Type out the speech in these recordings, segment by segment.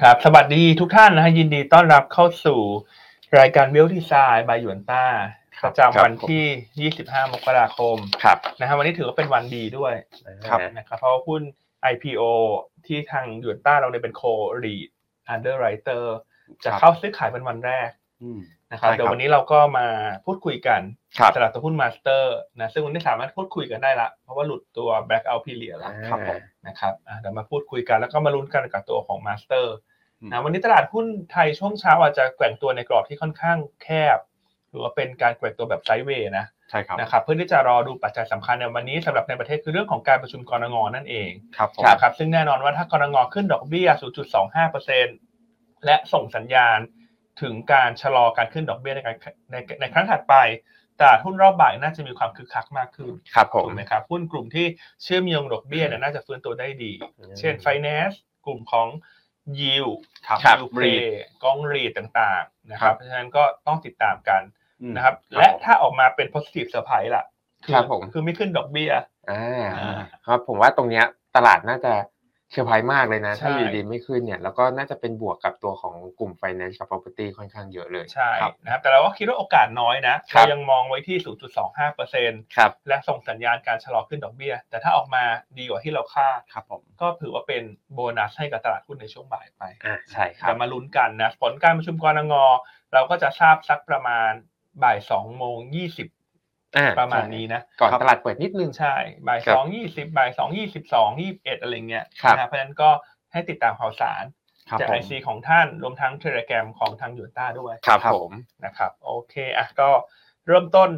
ครับ สวัสดีทุกท่านนะฮะยินดีต้อนรับเข้าสู่รายการวิวที่ซายบายหยวนต้าประ ครั จำ บ วันที่ 25 มกราคม ครับ นะฮะวันนี้ถือว่าเป็นวันดีด้วย ครับ นะครับเพราะว่าหุ้น IPO ที่ทางหยวนต้าเราเนี่ยเป็นโค l e a d underwriter จะ ครับ เข้าซื้อขายเป็นวันแรก อืม นะครับ ใช่ครับ เดี๋ยววันนี้เราก็มาพูดคุยกัน ครับ สำหรับตัวหุ้นมาสเตอร์นะซึ่งวันนี้สามารถพูดคุยกันได้ละ เพราะว่าหลุดตัว back out period ละ ครับผม นะครับอ่ะเดี๋ยวมาพูดคุยกันแล้วก็มาลุ้นกันกับตัวของมาสเตอร์ อืม นะวันนี้ตลาดหุ้นไทยช่วงเช้าอาจจะแกว่งตัวในกรอบที่ค่อนข้างแคบหรือว่าเป็นการแกว่งตัวแบบไซด์เวย์นะ ใช่ครับ นะครับเพื่อที่จะรอดูปัจจัยสำคัญในวันนี้สำหรับในประเทศคือเรื่องของการประชุมกรงนั่นเอง ครับผม นะครับซึ่งแน่นอนว่าถ้ากรงขึ้นดอกเบี้ย 0.25%และส่งสัญญาณถึงการชะลอการขึ้นดอกเบี้ยในการในในครั้งถัดไปตลาดหุ้นรอบบ่ายน่าจะมีความคึกคักมากขึ้น ครับผม ถูกไหมครับหุ้นกลุ่มที่เชื่อมโยงดอกเบี้ยเนี่ยน่าจะฟื้นตัวได้ดี เช่น Finance กลุ่มของ Yield ครับ ยู Reed เพกองรีดต่างๆนะครั ครับ บ เพราะฉะนั้นก็ต้องติดตามกัน อืม นะครับ และถ้าออกมาเป็น positive surprise ล่ะอ ครับผม คือไม่ขึ้นดอกเบี้ย อ่า อ่า ครับผมว่าตรงเนี้ยตลาดน่าจะเซอร์ไพรส์มากเลยนะ ใช่ ถ้าอยู่ดีไม่ขึ้นเนี่ยแล้วก็น่าจะเป็นบวกกับตัวของกลุ่ม finance กับ property ค่อนข้างเยอะเลย ใช่ ครับ นะครับแต่เราก็คิดว่าโอกาสน้อยนะครับ เรายังมองไว้ที่ 0.25% ครับ และส่งสัญญาณการชะลอขึ้นดอกเบี้ย แต่ถ้าออกมาดีกว่าที่เราคาด ครับผม ก็ถือว่าเป็นโบนัสให้กับตลาดหุ้นในช่วงบ่ายไป อ่าใช่ครั เดี๋ บ ยวมาลุ้นกันนะผลการประชุมกรงเราก็จะทราบสักประมาณบ่าย2โมง20 อ่า ประมาณนี้นะ ก่อนตลาดเปิดนิดนึง ใช่บ่าย ครั ส บ องยี่สิบบ่ายสองยี่สิบสองยี่สิบเอ็ดอะไรเงี้ย ครับ นะเพราะฉะนั้นก็ให้ติดตามข่าวสาร ครับ จาก ผ ไอ ม ซีของท่านรวมทั้งเทเลแกรมของทางยูนต้าด้วย ครับผม นะครับโอเคอ่ะก็เริ่มต้น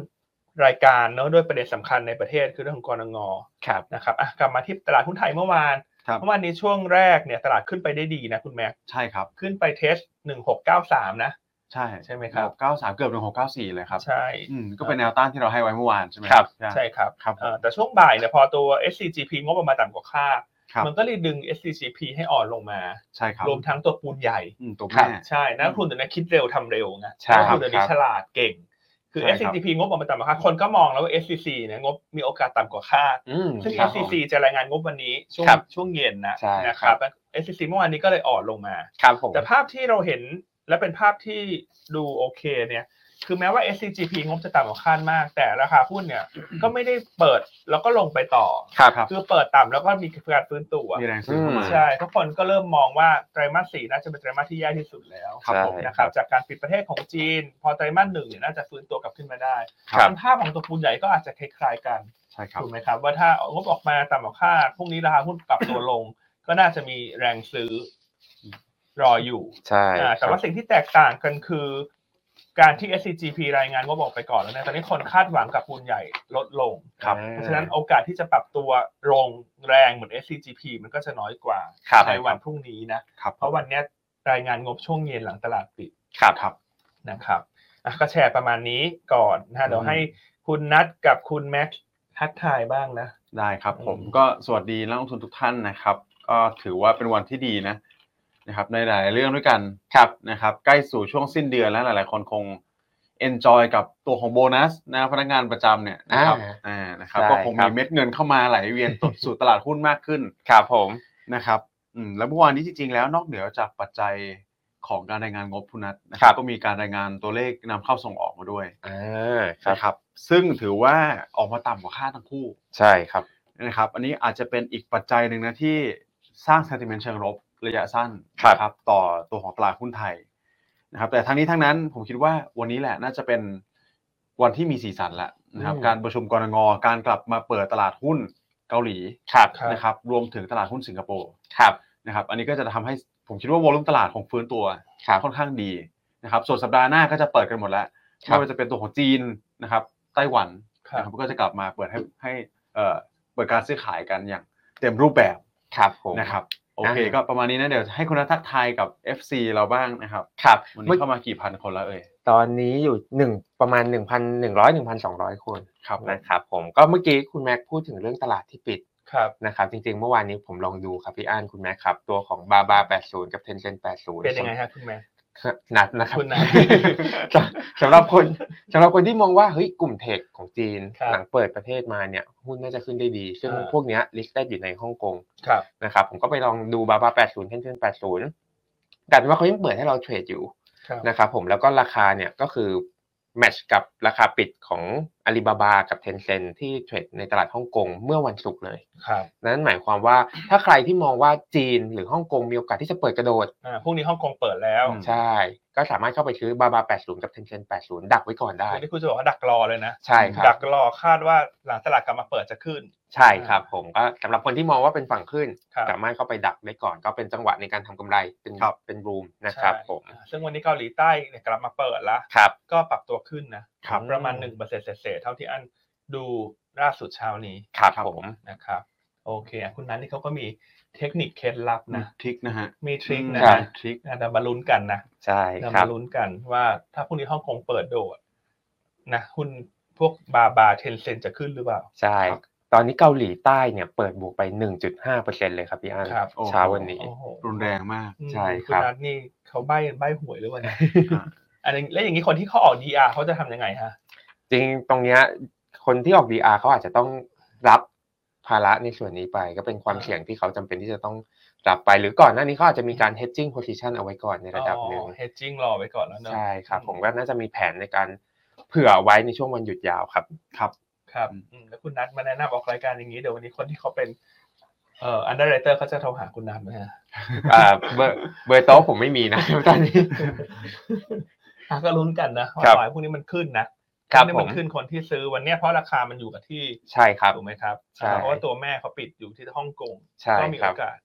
รายการเนอะด้วยประเด็นสำคัญในประเทศคือเรื่องของกรงง ครับ นะครับอ่ะกลับมาที่ตลาดหุ้นไทยเมื่อวาน ครับ เมื่อวานนี้ช่วงแรกเนี่ยตลาดขึ้นไปได้ดีนะคุณแม็ก ใช่ครับ ขึ้นไปเทสหนึ่งหกเก้าสามนะ ใช่ ใช่ไหมครับ เก้าสามเกือบหนึ่งหกเก้าสี่เลยครับ ใช่ อืมก็เป็นแนวต้านที่เราให้ไว้เมื่อวานใช่ไหม ครับ ใช่ ใช่ครับ ครับ เอ่อแต่ช่วงบ่ายเนี่ยพอตัว SCGP งบประมาณต่ำกว่าคาด ครับ มันก็เลยดึง SCGP ให้อ่อนลงมา ใช่ครับ รวมทั้งตัวปูนใหญ่ อืมตัว ครั แม่ บ ใช่นักลงทุนเดี๋ยวนี้คิดเร็วทำเร็วไง ใช่ นักลงครับ ทุนเดี๋ยวนี้ ครับ ฉลาดเก่ง คือ ใช่ครับ SCCP งบออกมาต่ำกว่าคาดคนก็มองแล้วว่า SCC เนี่ยงบมีโอกาสต่ำกว่าคาด อืม ซึ่ง ครับผม SCC จะรายงานงบวันนี้ช่วง ครับ ช่วงเย็นนะ ใช่ นะค ครั รับ บ SCC เมื่อวานนี้ก็เลยอ่อนลงมา ครับผม แต่ภาพที่เราเห็นและเป็นภาพที่ดูโอเคเนี่ย คือแม้ว่า SCGP งบจะต่ำกว่าคาดมาก แต่ราคาหุ้นเนี่ยก็ไม่ได้เปิดแล้วก็ลงไปต่อ ครับ ครับ คือเปิดต่ำแล้วก็มีการฟื้นตัว มีแรงซื้อเข้ามา ใช่ทุกคนก็เริ่มมองว่าไตรมาสสี่น่าจะเป็นไตรมาสที่แย่ที่สุดแล้ว ครับผม ใช่ นะครับจากการปิดประเทศของจีน พอไตรมาสหนึ่งเนี่ยน่าจะฟื้นตัวกลับขึ้นมาได้ ครับ ภาพของตัวปูนใหญ่ก็อาจจะคล้ายๆกัน ใช่ครับ ถูกไหมครับว่าถ้างบออกมาต่ำกว่าคาดพรุ่งนี้ราคาหุ้นปรับตัวลง ก็น่าจะมีแรงซื้อรออยู่ ใช่ อ่าแต่ว่าสิ่งที่แตกต่างกันคือ การที่ SCGP รายงานว่าบอกไปก่อนแล้วนะตอนนี้คนคาดหวังกับปูนใหญ่ลดลง ครับ เพราะฉะนั้นโอกาสที่จะปรับตัวลงแรงเหมือน SCGP มันก็จะน้อยกว่า ครับ ในวันพรุ่งนี้นะ ครับ เพราะวันเนี้ยรายงานงบช่วงเย็นหลังตลาดปิด ครับ ครับ นะครับอ่ะก็แชร์ประมาณนี้ก่อนนะฮะเดี๋ยว อืม ให้คุณนัทกับคุณแม็กซ์ทักทายบ้างนะ ได้ครับผม อืม ก็สวัสดีนักลงทุนทุกท่านนะครับ ก็ถือว่าเป็นวันที่ดีนะนะครับ ในหลายๆเรื่องด้วยกันครับนะครับ ใกล้สู่ช่วงสิ้นเดือนแล้วหลาย ๆ คนคง enjoy กับตัวของโบนัสนะพนักงานประจำเนี่ยนะครับ อ่า อ่านะครับ ใช่ ก็คง ครั มี บ เม็ดเงินเข้ามาไหลเวียนสู่ตลาดหุ้นมากขึ้น ครับผม นะครับอืมแล้วเมื่อวานนี้จริงๆ แล้วนอกเหนือจากปัจจัยของการรายงานงบพุนัทนะค ครั รับ บก็มีการรายงานตัวเลขนำเข้าส่งออกมาด้วย อ่าครับ นะครับ ซึ่งถือว่าออกมาต่ำกว่าคาดทั้งคู่ ใช่ครับ นะครับ อันนี้อาจจะเป็นอีกปัจจัยหนึ่งนะที่สร้าง sentiment เชิงลบระยะสั้น ครับ นะต่อตัวของตลาดหุ้นไทยนะครับแต่ทั้งนี้ทั้งนั้นผมคิดว่าวันนี้แหละน่าจะเป็นวันที่มีสีสันละนะครับ อืม การประชุมกรงการกลับมาเปิดตลาดหุ้นเกาหลี ครับ ครับ นะครับรวมถึงตลาดหุ้นสิงคโปร์ ครับ นะครับอันนี้ก็จะทำให้ผมคิดว่าโวลุ่มตลาดของฟื้นตัว ครับ ค่อนข้างดีนะครับส่วนสัปดาห์หน้าก็จะเปิดกันหมดแล้ว ครับ ไม่ว่าจะเป็นตัวของจีนนะครับไต้หวัน ครั นะ บ ครับก็จะกลับมาเปิดให้ให้เอ่อเปิดการซื้อขายกันอย่างเต็มรูปแบบ ครับผม นะครับโอเค อ่า ก็ประมาณนี้นะเดี๋ยวให้คุณนัททักทายกับ FC เราบ้างนะครับ ครับ วัน เมื่ นี้ อ เข้ามากี่พันคนแล้วเอ่ย ตอนนี้อยู่หนึ่งประมาณ 1,100 1,200 คน ครับผม นะครับผมก็เมื่อกี้คุณแม็กพูดถึงเรื่องตลาดที่ปิด ครับ นะครับ จริงๆ เมื่อวานนี้ผมลองดูครับพี่อ้านคุณแม็กครับ ตัวของบาบา80 กับเทนเซน80 เป็นยังไงฮะคุณแม็กซ์ หนักนะครับ คุณหนัก สำสำหรับคนสำหรับคนที่มองว่าเฮ้ยกลุ่มเทคของจีน ครับ หลังเปิดประเทศมาเนี่ยหุ้นน่าจะขึ้นได้ดี ซึ่ง อ่า พวกเนี้ยลิสต์ได้อยู่ในฮ่องกง ครับ นะครับผมก็ไปลองดูบาบา80เช่นเช่น80 กลายเป็นว่าเขายังเปิดให้เราเทรดอยู่ ครับ นะครับผมแล้วก็ราคาเนี่ยก็คือแมทช์กับราคาปิดของอาลีบาบากับเทนเซ็นที่เทรดในตลาดฮ่องกงเมื่อวันศุกร์เลย ครับ นั้นหมายความว่าถ้าใครที่มองว่าจีนหรือฮ่องกงมีโอกาสที่จะเปิดกระโดด อ่าพรุ่งนี้ฮ่องกงเปิดแล้ว อืม ใช่ ก็สามารถเข้าไปซื้อบาบา80 กับเทนเซ็น80 ดักไว้ก่อนได้ วันนี้คุณจะบอกว่าดักรอเลยนะ ใช่ครั ดั บ กรอคาดว่าหลังตลาดกลับมาเปิดจะขึ้น ใช่ครับผมก็สำหรับคนที่มองว่าเป็นฝั่งขึ้น ครับ สามารถเข้าไปดักได้ก่อน ก็เป็นจังหวะในการทำกำไรเป็น ครับ เป็นรูมนะครับ ใช่ ผม อ่าซึ่งวันนี้เกาหลีใต้เนี่ยกลับมาเปิดละ ครับ ก็ปรับตัวขึ้นนะ ครับ ประมาณหนึ่งเปอร์เซ็นต์เศษๆเท่าที่อันดูล่าสุดเช้านี้ ครับ ครับ ผม นะครับ โอเคอ่ะคุณนั้นนี่เขาก็มีเทคนิคเคล็ดลับ นะ นะ ทริกนะฮะ มีทริคนะ ค รั บ ทริก อ่ะเรามาลุ้นกันนะ ใช่ เรา ครั มา บ ลุ้นกันว่าถ้าพรุ่งนี้ฮ่องกงเปิดโดดนะหุ้นพวกบาบาเทนเซนจะขึ้นหรือเปล่า ใช่ ครับ ตอนนี้เกาหลีใต้เนี่ยเปิดบวกไป 1.5%เลยครับพี่อัน ครับ โอ้โห เช้าวันนี้ โอ้โห รุนแรงมาก อืม ใช่ ณ ครับ นัทนี่เขาใบ้ใบ้หวยหรือเปล่าเนี่ย อ่า อันนี้แล้วอย่างนี้คนที่เขาออก DR เขาจะทำยังไงฮะ จริงตรงเนี้ยคนที่ออก DR เขาอาจจะต้องรับภาระในส่วนนี้ไป ก็เป็นความเสี่ยงที่เขาจำเป็นที่จะต้องรับไปหรือก่อนหน้านี้เขาอาจจะมีการ hedging position เอาไว้ก่อนในระดับหนึ่ง เฮดจิ้งรอไว้ก่อนแล้วเนอะ ใช่ครับผมก็น่าจะมีแผนในการเผื่อไว้ในช่วงวันหยุดยาวครับ ครับ ครับอืมแล้วคุณนัทมาแนะนำออกรายการอย่างนี้เดี๋ยววันนี้คนที่เขาเป็นเอ่ออันเดอร์ไรเตอร์เขาจะโทรหาคุณนัทไหมฮะ อ่าเบอร์เบอร์โต๊ะผมไม่มีนะ ตอนนี้ อ่ะก็ลุ้นกันนะว่า ครับ ปล่อยพวกนี้มันขึ้นนะครับ พวกนี้มัน ผม ขึ้นคนที่ซื้อวันเนี้ยเพราะราคามันอยู่กับที่ ใช่ครับ ถูกไหมครับ ใช่ เพราะว่าตัวแม่เขาปิดอยู่ที่ฮ่องกง ใช่ ก็มี ค โอ รับ กาส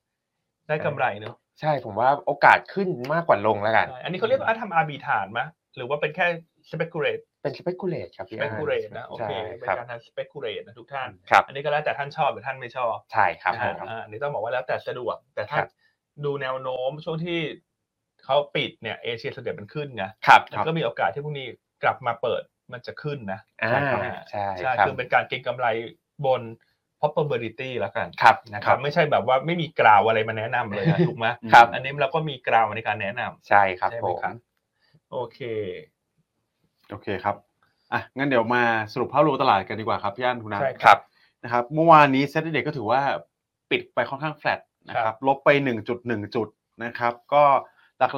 ได้กำไรเนอะ ใช่ผมว่าโอกาสขึ้นมากกว่าลงแล้วกัน ใช่อันนี้เขาเรียกว่าทำอาร์บีฐานมะหรือว่าเป็นแค่ speculate เป็น speculate ครับพี่อาร์ต speculate นะโอเค ใช่ เป็ คนรับ การทำ speculate นะทุกท่าน ครับ อันนี้ก็แล้วแต่ท่านชอบหรือท่านไม่ชอบ ใช่ครับ นะ ผ ฮะ ม อ่าอันนี้ต้องบอกว่าแล้วแต่สะดวก แต่ถ้า ครับ ดูแนวโน้มช่วงที่เขาปิดเนี่ยเอเชียส่วนใหญ่มันขึ้นไง ครับ แล้วก็มีโอกาสที่พวกนี้กลับมาเปิดมันจะขึ้นนะ อ่าใช่ ใช่ ครับ คือเป็นการเก็งกำไรบน probability แล้วกัน ครับ นะค ค รั รั บบ ไม่ใช่แบบว่าไม่มีกราวอะไรมาแนะนำเลย อะ ถูกไหม ครับ อันนี้เราก็มีกราวในการแนะนำ ใช่ครับ ใช่ไห ผม ม ครับ โอเค โอเคครับ อ่ะ งั้นเดี๋ยวมาสรุปภาพรวมตลาดกันดีกว่าครับพี่อันทุนนะ ใช่ ครับ นะครับ เมื่อวานนี้เซ็ตเด็กก็ถือว่าปิดไปค่อนข้างแฟลตนะค ครั รับ บ ลบไป 1.1 จุดนะครับ ก็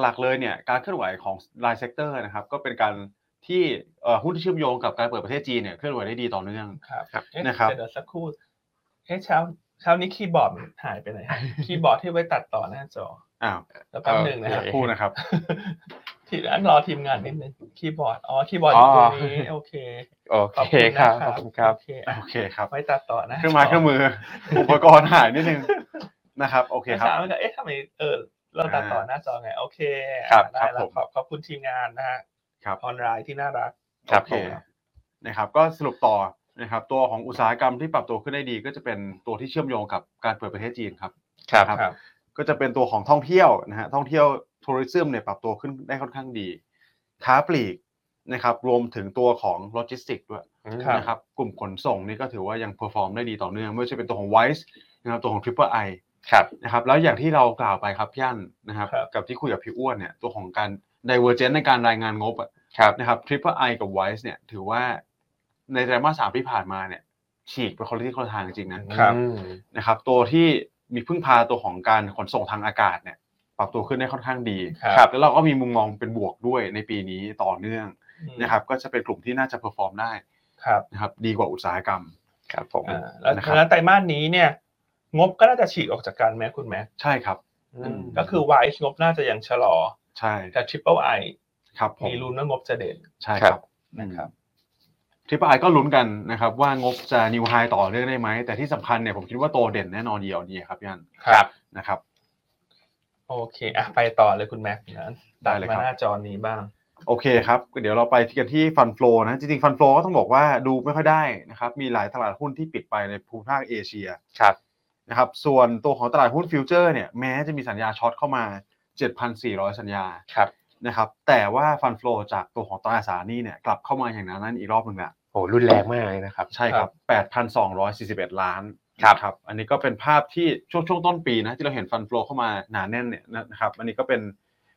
หลักๆเลยเนี่ย การเคลื่อนไหวของรายเซกเตอร์นะครับ ก็เป็นการที่เอ่อหุ้นที่เชื่อมโยงกับการเปิดประเทศจีนเนี่ยเคลื่อนไหวได้ดีต่อเนื่อง ครับ ครับ เอ๊ นะครับ เดี๋ยวสักครู่เอ๊ะเช้าเช้านี้คีย์บอร์ดหายไปไหนฮะ คีย์บอร์ดที่ไว้ตัดต่อหน้าจอ อ้าว แล้วแป๊บหนึ่งนะ โอ ฮะ เ พูดนะครับ ทีนั้นรอทีมงานนิดนึงคีย์บอร์ดอ๋อคีย์บอร์ดอ อ๋อ ยู่ตรงนี้โอเค โอ ขอบ เค คุณ ค นะครัรับขอบบ คุณครับ โอเคอ่ะ โอเคครับ ไว้ตัดต่อหนะ เครื่องไม้เครื่องมือ อุปกรณ์หายนิดนึงนะครับ โอเค เมื่อ ครับ เช้ามันก็เอ๊ะทำไมเออเราตัดต่อหน้าจอไง โอเค ครับ ได้ ครับ แล้ว ผม ขอบขอบคุณทีมงานนะฮะ ครับ ออนไลน์ที่น่ารัก ครับ โอ ผ เค ม นะครับก็สรุปต่อนะครับตัวของอุตสาหกรรมที่ปรับตัวขึ้นได้ดี ก็จะเป็นตัวที่เชื่อมโยงกับการเปิดประเทศจีนครับ ครับ ครับ ก็จะเป็นตัวของท่องเที่ยวนะฮะท่องเที่ยวทัวริซึมเนี่ยปรับตัวขึ้นได้ค่อนข้างดี ค้าปลีกนะครับรวมถึงตัวของโลจิสติกส์ด้วย ครับ นะครับกลุ่มขนส่งนี่ก็ถือว่ายังเพอร์ฟอร์มได้ดีต่อเนื่องไม่ว่าจะเป็นตัวของ Wise นะครับตัวของ Triple I ครับ นะครับแล้วอย่างที่เรากล่าวไปครับพี่อันนะครับ ครับ กับที่คุยกับพี่อ้วนเนี่ยตัวของการ divergence ในการรายงานงบอะ ครับ นะครับ Triple I กับ Wise เนี่ยถือว่าในไตรมาสสามที่ผ่านมาเนี่ยฉีกไปคนละที่คนละทางจริงๆนะครับ อืม นะครับ ตัวที่มีพึ่งพาตัวของการขนส่งทางอากาศเนี่ยปรับตัวขึ้นได้ค่อนข้างดี ครับ แล้วเราก็มีมุมมองเป็นบวกด้วยในปีนี้ต่อเนื่อง อืม นะครับ ก็จะเป็นกลุ่มที่น่าจะเพอร์ฟอร์มได้ ครับ นะครับ ดีกว่าอุตสาหกรรม ครับผม อ่าแล้ว นะครับ ฉะนั้นไตรมาสนี้เนี่ย งบก็น่าจะฉีกออกจากกันแม้คุณแม้ ใช่ครับ อืม ก็คือ Wise งบน่าจะยังชะลอ ใช่ แต่ Triple I ครับผม มีลุ้นว่างบจะเด่น ใช่ ค ค รั รับ บ นะครับ ทริปไอก็ลุ้นกันนะครับ ว่างบจะนิวไฮต่อเนื่องได้ไหม แต่ที่สำคัญเนี่ยผมคิดว่าโตเด่นแน่นอนเดียวดีครับพี่อัน ครับ นะครับ โอเคอ่ะไปต่อเลยคุณแม็กซ์นะ ได้เลยครับ มาหน้าจอนี้บ้าง โอเคครับเดี๋ยวเราไปกันที่ฟันโฟนะ จริงๆฟันโฟก็ต้องบอกว่าดูไม่ค่อยได้นะครับ มีหลายตลาดหุ้นที่ปิดไปในภูมิภาคเอเชีย ครับ นะครับส่วนตัวของตลาดหุ้นฟิวเจอร์เนี่ยแม้จะมีสัญญาช็อตเข้ามา 7,400 สัญญา ครับ นะครับแต่ว่าฟันโฟจากตัวของตราสารหนี้เนี่ยกลับเข้ามาอย่างหนั้นนั่นอีกรอบหนึ่งละ โหรุนแรงมากเลยนะครับ ใช่ครับ 8,241 ล้าน ครับ นะครับอันนี้ก็เป็นภาพที่ช่วงช่วงต้นปีนะที่เราเห็นฟันโฟเข้ามาหนาแน่นเนี่ยนะครับอันนี้ก็เป็น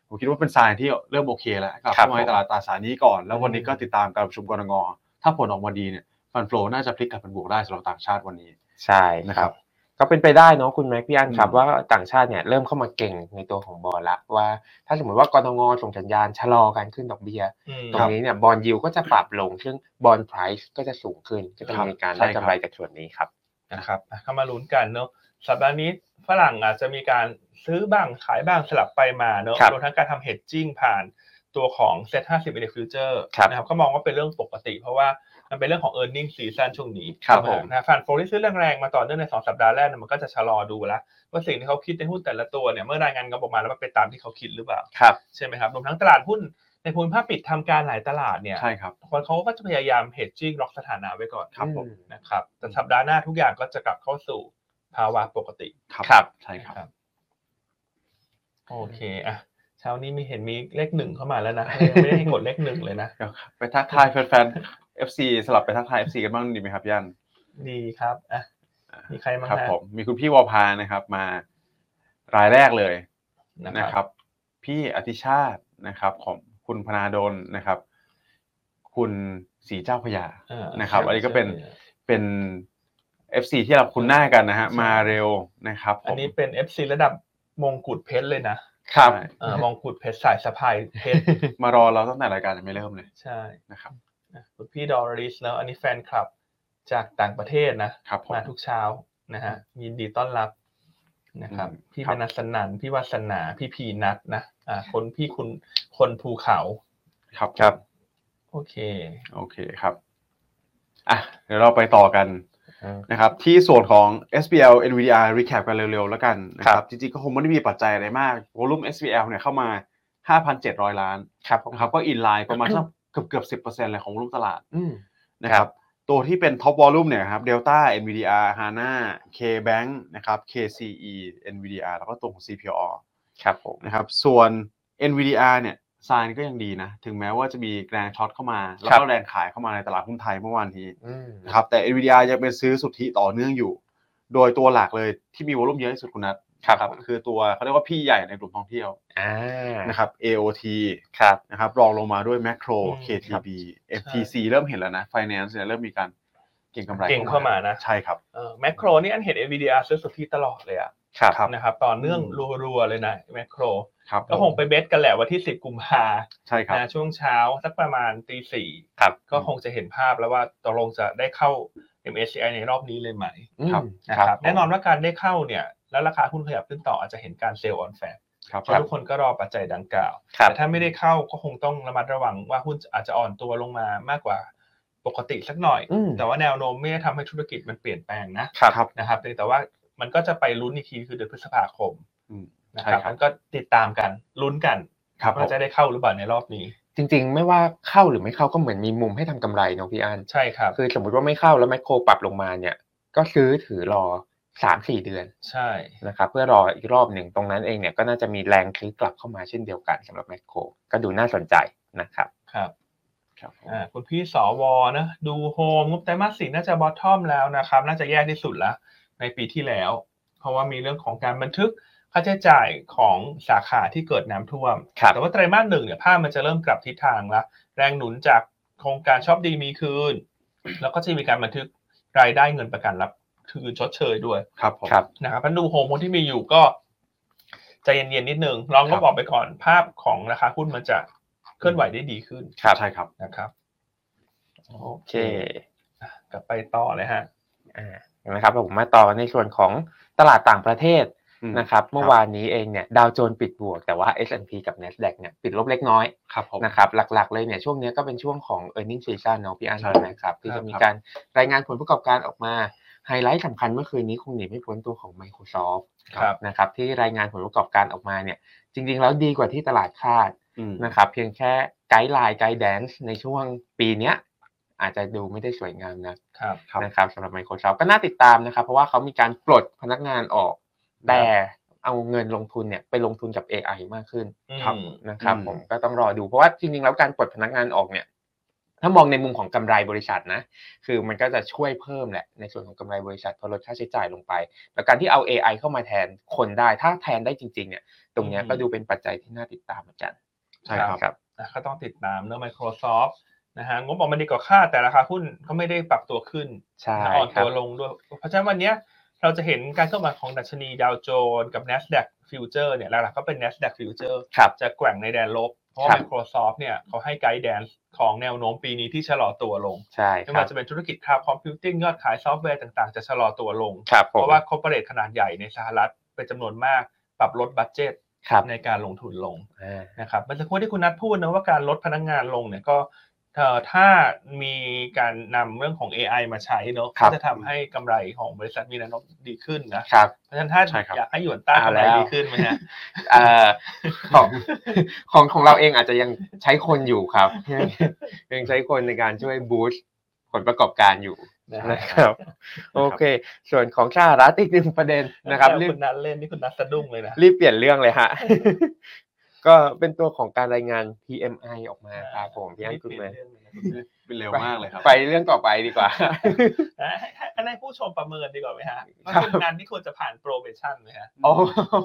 ผมคิดว่าเป็นสายที่เริ่มโอเคแล้วกลับเข้ามาในตลาดตราสารหนี้ก่อน แล้ววันนี้ก็ติดตามการประชุมกรงถ้าผลออกมาดีเนี่ยฟันโฟน่าจะพลิกกลับเป็นบวกได้สำหรับต่างชาติวันนี้ ใช่ นะครับ ก็เป็นไปได้เนาะคุณแม็กพี่อันครับ อืม ว่าต่างชาติเนี่ยเริ่มเข้ามาเก่งในตัวของบอลละว่า ถ้าสมมติว่ากรงส่งสัญญาณชะลอการขึ้นดอกเบี้ย อืม ตรงนี้เนี่ยบอลยิวก็จะปรับลง ซึ่งบอลไพรซ์ก็จะสูงขึ้น ก็จะมีการ คได้รับใช่ครับ กำไรจากส่วนนี้ครับ นะครับอ่ะก็มาลุ้นกันเนาะสัปดาห์นี้ฝรั่งอาจจะมีการซื้อบ้างขายบ้างสลับไปมาเนาะ ครับ รวมทั้งการทำเฮดจิ้งผ่านตัวของเซ็ต50 index future ครับ นะครับก็มองว่าเป็นเรื่องปกติ เพราะว่ามันเป็นเรื่องของ e a r n i n g ็ซีซั่นช่วงนี้ ครับผม นะฟันโฟที่ซื้อแรงๆมาต่อเนื่องใน 2 สัปดาห์แรกเนี่ยมันก็จะชะลอดูละว่าสิ่งที่เขาคิดในหุ้นแต่ละตัวเนี่ยเมื่อรายงานงบออกมาแล้วมันเป็นตามที่เขาคิดหรือเปล่า ครับ ใช่ไหมครับรวมทั้งตลาดหุ้นในภูมิภาคปิดทำการหลายตลาดเนี่ย ใช่ครับ คนเขาก็จะพยายาม hedging ล็อกสถานะไว้ก่อน ครับผม นะครับแต่สัปดาห์หน้าทุกอย่างก็จะกลับเข้าสู่ภาวะปกติ ครับ ครับ ใช่ครับ นะโอเคอ่ะเช้านี้มีเห็นมีเลขหนึ่งเข้ามา แล้วนะ ยังไม่ได้ให้กดเลขหนึ่งเลยนะ เดี๋ยวครับไปทักทายแฟนๆ FC สลับไปทักทาย FC กันบ้างดีไหมครับย่าน ดีครับอ่ะมีใครบ้าง ครับ นะ ผมมีคุณพี่วอพานะครับ มารายแรกเลยนะครับ พี่อธิชาตินะครับของคุณพนาดลนะครับ คุณสีเจ้าพระยา เออ นะครับอันนี้ก็เป็น ใช่ เป็น FC ที่เราคุ้นหน้ากันนะฮะ ใช่ มาเร็วนะครับผม อันนี้เป็น FC ระดับมงกุฎเพชรเลยนะครับ ใช่ เออมงกุฎเพชรสายสะพายเพชร มารอเราตั้งแต่รายการยังไม่เริ่มเลย ใช่ นะครับ นะคุณพี่ดอริสเนอะอันนี้แฟนคลับจากต่างประเทศนะ ครับผม มาทุกเช้านะฮะยินดีต้อนรับนะครับ อืม พี่ ครั ม บ นัสสนันพี่วัสนาพี่พีนัทนะอ่าคนพี่คุณคนภูเขา ครับ ครับ โอเค โอเคครับอ่ะเดี๋ยวเราไปต่อกัน นะครับที่ส่วนของ SPL NVDR recap กันเร็วๆ แล้วกันนะค ครั รับบ จริงๆ ก็คงไม่ได้มีปัจจัยอะไรมากวอลุ่ม SPL เนี่ยเข้ามา 5,700 ล้าน ครับผม นะครับก็อินไลน์ประมาณสักเกือบเกือบสิบเปอร์เซ็นต์เลยของวอลุ่มตลาด อืม นะครับตัวที่เป็นท็อปวอลุ่มเนี่ยครับ Delta NVDR HANA KBank นะครับ KCE NVDR แล้วก็ตัวของ CPO ครับผม นะครับส่วน NVDR เนี่ยซานก็ยังดีนะ ถึงแม้ว่าจะมีแรงช็อตเข้ามา แล้วก็แรงขายเข้ามาในตลาดหุ้นไทยเมื่อวานนี้ อืม นะครับแต่ NVDR ยังเป็นซื้อสุทธิต่อเนื่องอยู่ โดยตัวหลักเลยที่มีวอลุ่มเยอะที่สุดคุณนัท ครับ ครับ ผม คือตัวเขาเรียกว่าพี่ใหญ่ในกลุ่มท่องเที่ยว อ่านะ นะครับ AOT ครับ นะครับรองลงมาด้วย Macro อืม KTB FTC เริ่มเห็นแล้วนะ Finance เนี่ยเริ่มมีการเก่งกำไร เก่งเข้ามานะ ใช่ครับ เออแมคโครนี่อันเห็น NVDR ซื้อสุทธิตลอดเลยอะ ครับ ครับ นะครับต่อเนื่องรัวๆเลยนะแมคโคร ครับ ก็คงไปเบสกันแหละวันที่ 10 กุมภา ใช่ครับ นะช่วงเช้าสักประมาณตีสี่ ครับ ก็คงจะเห็นภาพแล้วว่าตกลงจะได้เข้า MSCI ในรอบนี้เลยไหม อืม ครับ นะครับ ผม แน่นอนว่าการได้เข้าเนี่ยแล้วราคาหุ้นขยับขึ้นต่ออาจจะเห็นการเซลล์ออนแฟร์ ครับ เพ ครั ราะ บ ทุกคนก็รอปัจจัยดังกล่าว ครับ แต่ถ้าไม่ได้เข้าก็คงต้องระมัดระวังว่าหุ้นอาจจะอ่อนตัวลงมามากกว่าปกติสักหน่อย อืม แต่ว่าแนวโน้มไม่ได้ทำให้ธุรกิจมันเปลี่ยนแปลงนะครับ นะครับเพียงแต่ว่ามันก็จะไปลุ้นอีกทีคือเดือนพฤษภาคม อืม นะครับ ใช่ครับ มันก็ติดตามกันลุ้นกัน ครับ ว่าจะได้เข้าหรือเปล่าในรอบนี้ จริงๆ ไม่ว่าเข้าหรือไม่เข้าก็เหมือนมีมุมให้ทำกำไรเนาะพี่อัน ใช่ครับ คือสมมติว่าไม่เข้าแล้วแมคโครปรับลงมาเนี่ย ก็ซื้อถือรอสามสี่เดือน ใช่ นะครับเพื่อรออีกรอบหนึ่งตรงนั้นเองเนี่ยก็น่าจะมีแรงซื้อกลับเข้ามาเช่นเดียวกันสำหรับแมคโครก็ดูน่าสนใจนะครับ ครับ ครับผม อ่าคุณพี่สวนะดูโฮมงบไตรมาสสี่น่าจะบอททอมแล้วนะครับ น่าจะแย่ที่สุดละในปีที่แล้ว เพราะว่ามีเรื่องของการบันทึกค่าใช้จ่ายของสาขาที่เกิดน้ำท่วม ครับ แต่ว่าไตรมาสหนึ่งเนี่ยภาพมันจะเริ่มกลับทิศทางละแรงหนุนจากโครงการชอบดีมีคืน แล้วก็จะมีการบันทึกรายได้เงินประกันรับคืนชดเชยด้วย ครับผม ครับ นะครับพันดูโฮมคนที่มีอยู่ก็ใจเย็นๆนิดนึงลอง คก็รับ บอกไปก่อนภาพของราคาหุ้นมันจะเคลื่อนไหวได้ดีขึ้น ครับ ใช่ครับ นะครับ โอ โอ เค เค อ่ะกลับไปต่อเลยฮะ อ่าเห็นไหมครับผมมาต่อในส่วนของตลาดต่างประเทศ อืม นะครับ เมื่อวานนี้เองเนี่ยดาวโจนส์ปิดบวก แต่ว่า S&P กับ NASDAQ เนี่ยปิดลบเล็กน้อย ครับผม นะครับหลักๆเลยเนี่ยช่วงเนี้ยก็เป็นช่วงของ e a r n i n g season เนาะพี่อัน ใช่ นะครับที่ ครั จะ บ มีการรายงานผลประกอบการออกมาไฮไลท์สำคัญเมื่อคืนนี้คงหนีไม่พ้นตัวของ Microsoft ครับ นะครับที่รายงานผลประกอบการออกมาเนี่ยจริงๆแล้วดีกว่าที่ตลาดคาด อืม นะครับเพียงแค่ไกด์ไลน์ไกด์แดนซ์ในช่วงปีเนี้ยอาจจะดูไม่ได้สวยงามนะครับ ครับ นะครับสำหรับ Microsoft ก็น่าติดตามนะครับ เพราะว่าเขามีการปลดพนักงานออก แต่เอาเงินลงทุนเนี่ยไปลงทุนกับ AI มากขึ้น ครับ นะครับ อืม ผมก็ต้องรอดูเพราะว่าจริงๆแล้วการปลดพนักงานออกเนี่ยถ้ามองในมุมของกำไรบริษัทนะ คือมันก็จะช่วยเพิ่มแหละในส่วนของกำไรบริษัทพอลดค่าใช้จ่ายลงไป แล้วการที่เอา AI เข้ามาแทนคนได้ ถ้าแทนได้จริง ๆ เนี่ย ตรงเนี้ย อืม ก็ดูเป็นปัจจัยที่น่าติดตามเหมือนกัน ใช่ครับ ครับ อ่ะก็ต้องติดตามเนอะ Microsoft นะฮะงบออกมาดีกว่าคาดแต่ราคาหุ้นก็ไม่ได้ปรับตัวขึ้น ใช่ นะอ่อน ครั ตั บ วลงด้วย เพราะฉะนั้นวันเนี้ย เราจะเห็นการเคลื่อนไหวของดัชนีดาวโจนส์กับ NASDAQ Future เนี่ยหลักๆก็เป็น NASDAQ Future ครับ จะแกว่งในแดนลบ เพราะว่า Microsoft เนี่ยเขาให้ไกด์แดนของแนวโน้มปีนี้ที่ชะลอตัวลง ใช่ ไม่ ครั ว่า บ จะเป็นธุรกิจคลาวด์คอมพิวติ้งยอดขายซอฟต์แวร์ต่างๆ จะชะลอตัวลง ครับผ เพ ม ราะว่าคอร์เปอเรทขนาดใหญ่ในสหรัฐเป็นจำนวนมาก ปรับลดบัตเจต ครับ ในการลงทุนลง อ่า นะครับเมื่อสักครู่ที่คุณนัทพูดนะว่าการลดพนักงานลงเนี่ยก็เอ่อถ้ามีการนำเรื่องของ AI มาใช้เนอะก็จะทำให้กำไรของบริษัทมีแนวโน้มดีขึ้นนะครับ เพราะฉะนั้นถ้า ใช่ครับ อยากให้หยวนต้ากำไร เอาแล้ว ดีขึ้นไหมฮะ เอ่อของ ของของเราเองอาจจะยังใช้คนอยู่ครับ ยังใช้คนในการช่วยบูสต์ผลประกอบการอยู่ นะครับ โอเค ส่วนของสหรัฐอีกหนึ่งประเด็ นนะครับ แซว รีบ คุณนัทเล่นนี่คุณนัทสะดุ้งเลยนะ รีบเปลี่ยนเรื่องเลยฮะ ก็เป็นตัวของการรายงาน PMI ออกมาครับผมพี่อันคุณเมย์ เป็นเร็วมากเลยครับ ไปเรื่องต่อไปดีกว่า อ่ะให้ให้ให้ผู้ชมประเมินดีกว่าไหมฮะว่า ครับ เป็นงานที่ควรจะผ่านโปรเบชั่นไหมฮะ โอ้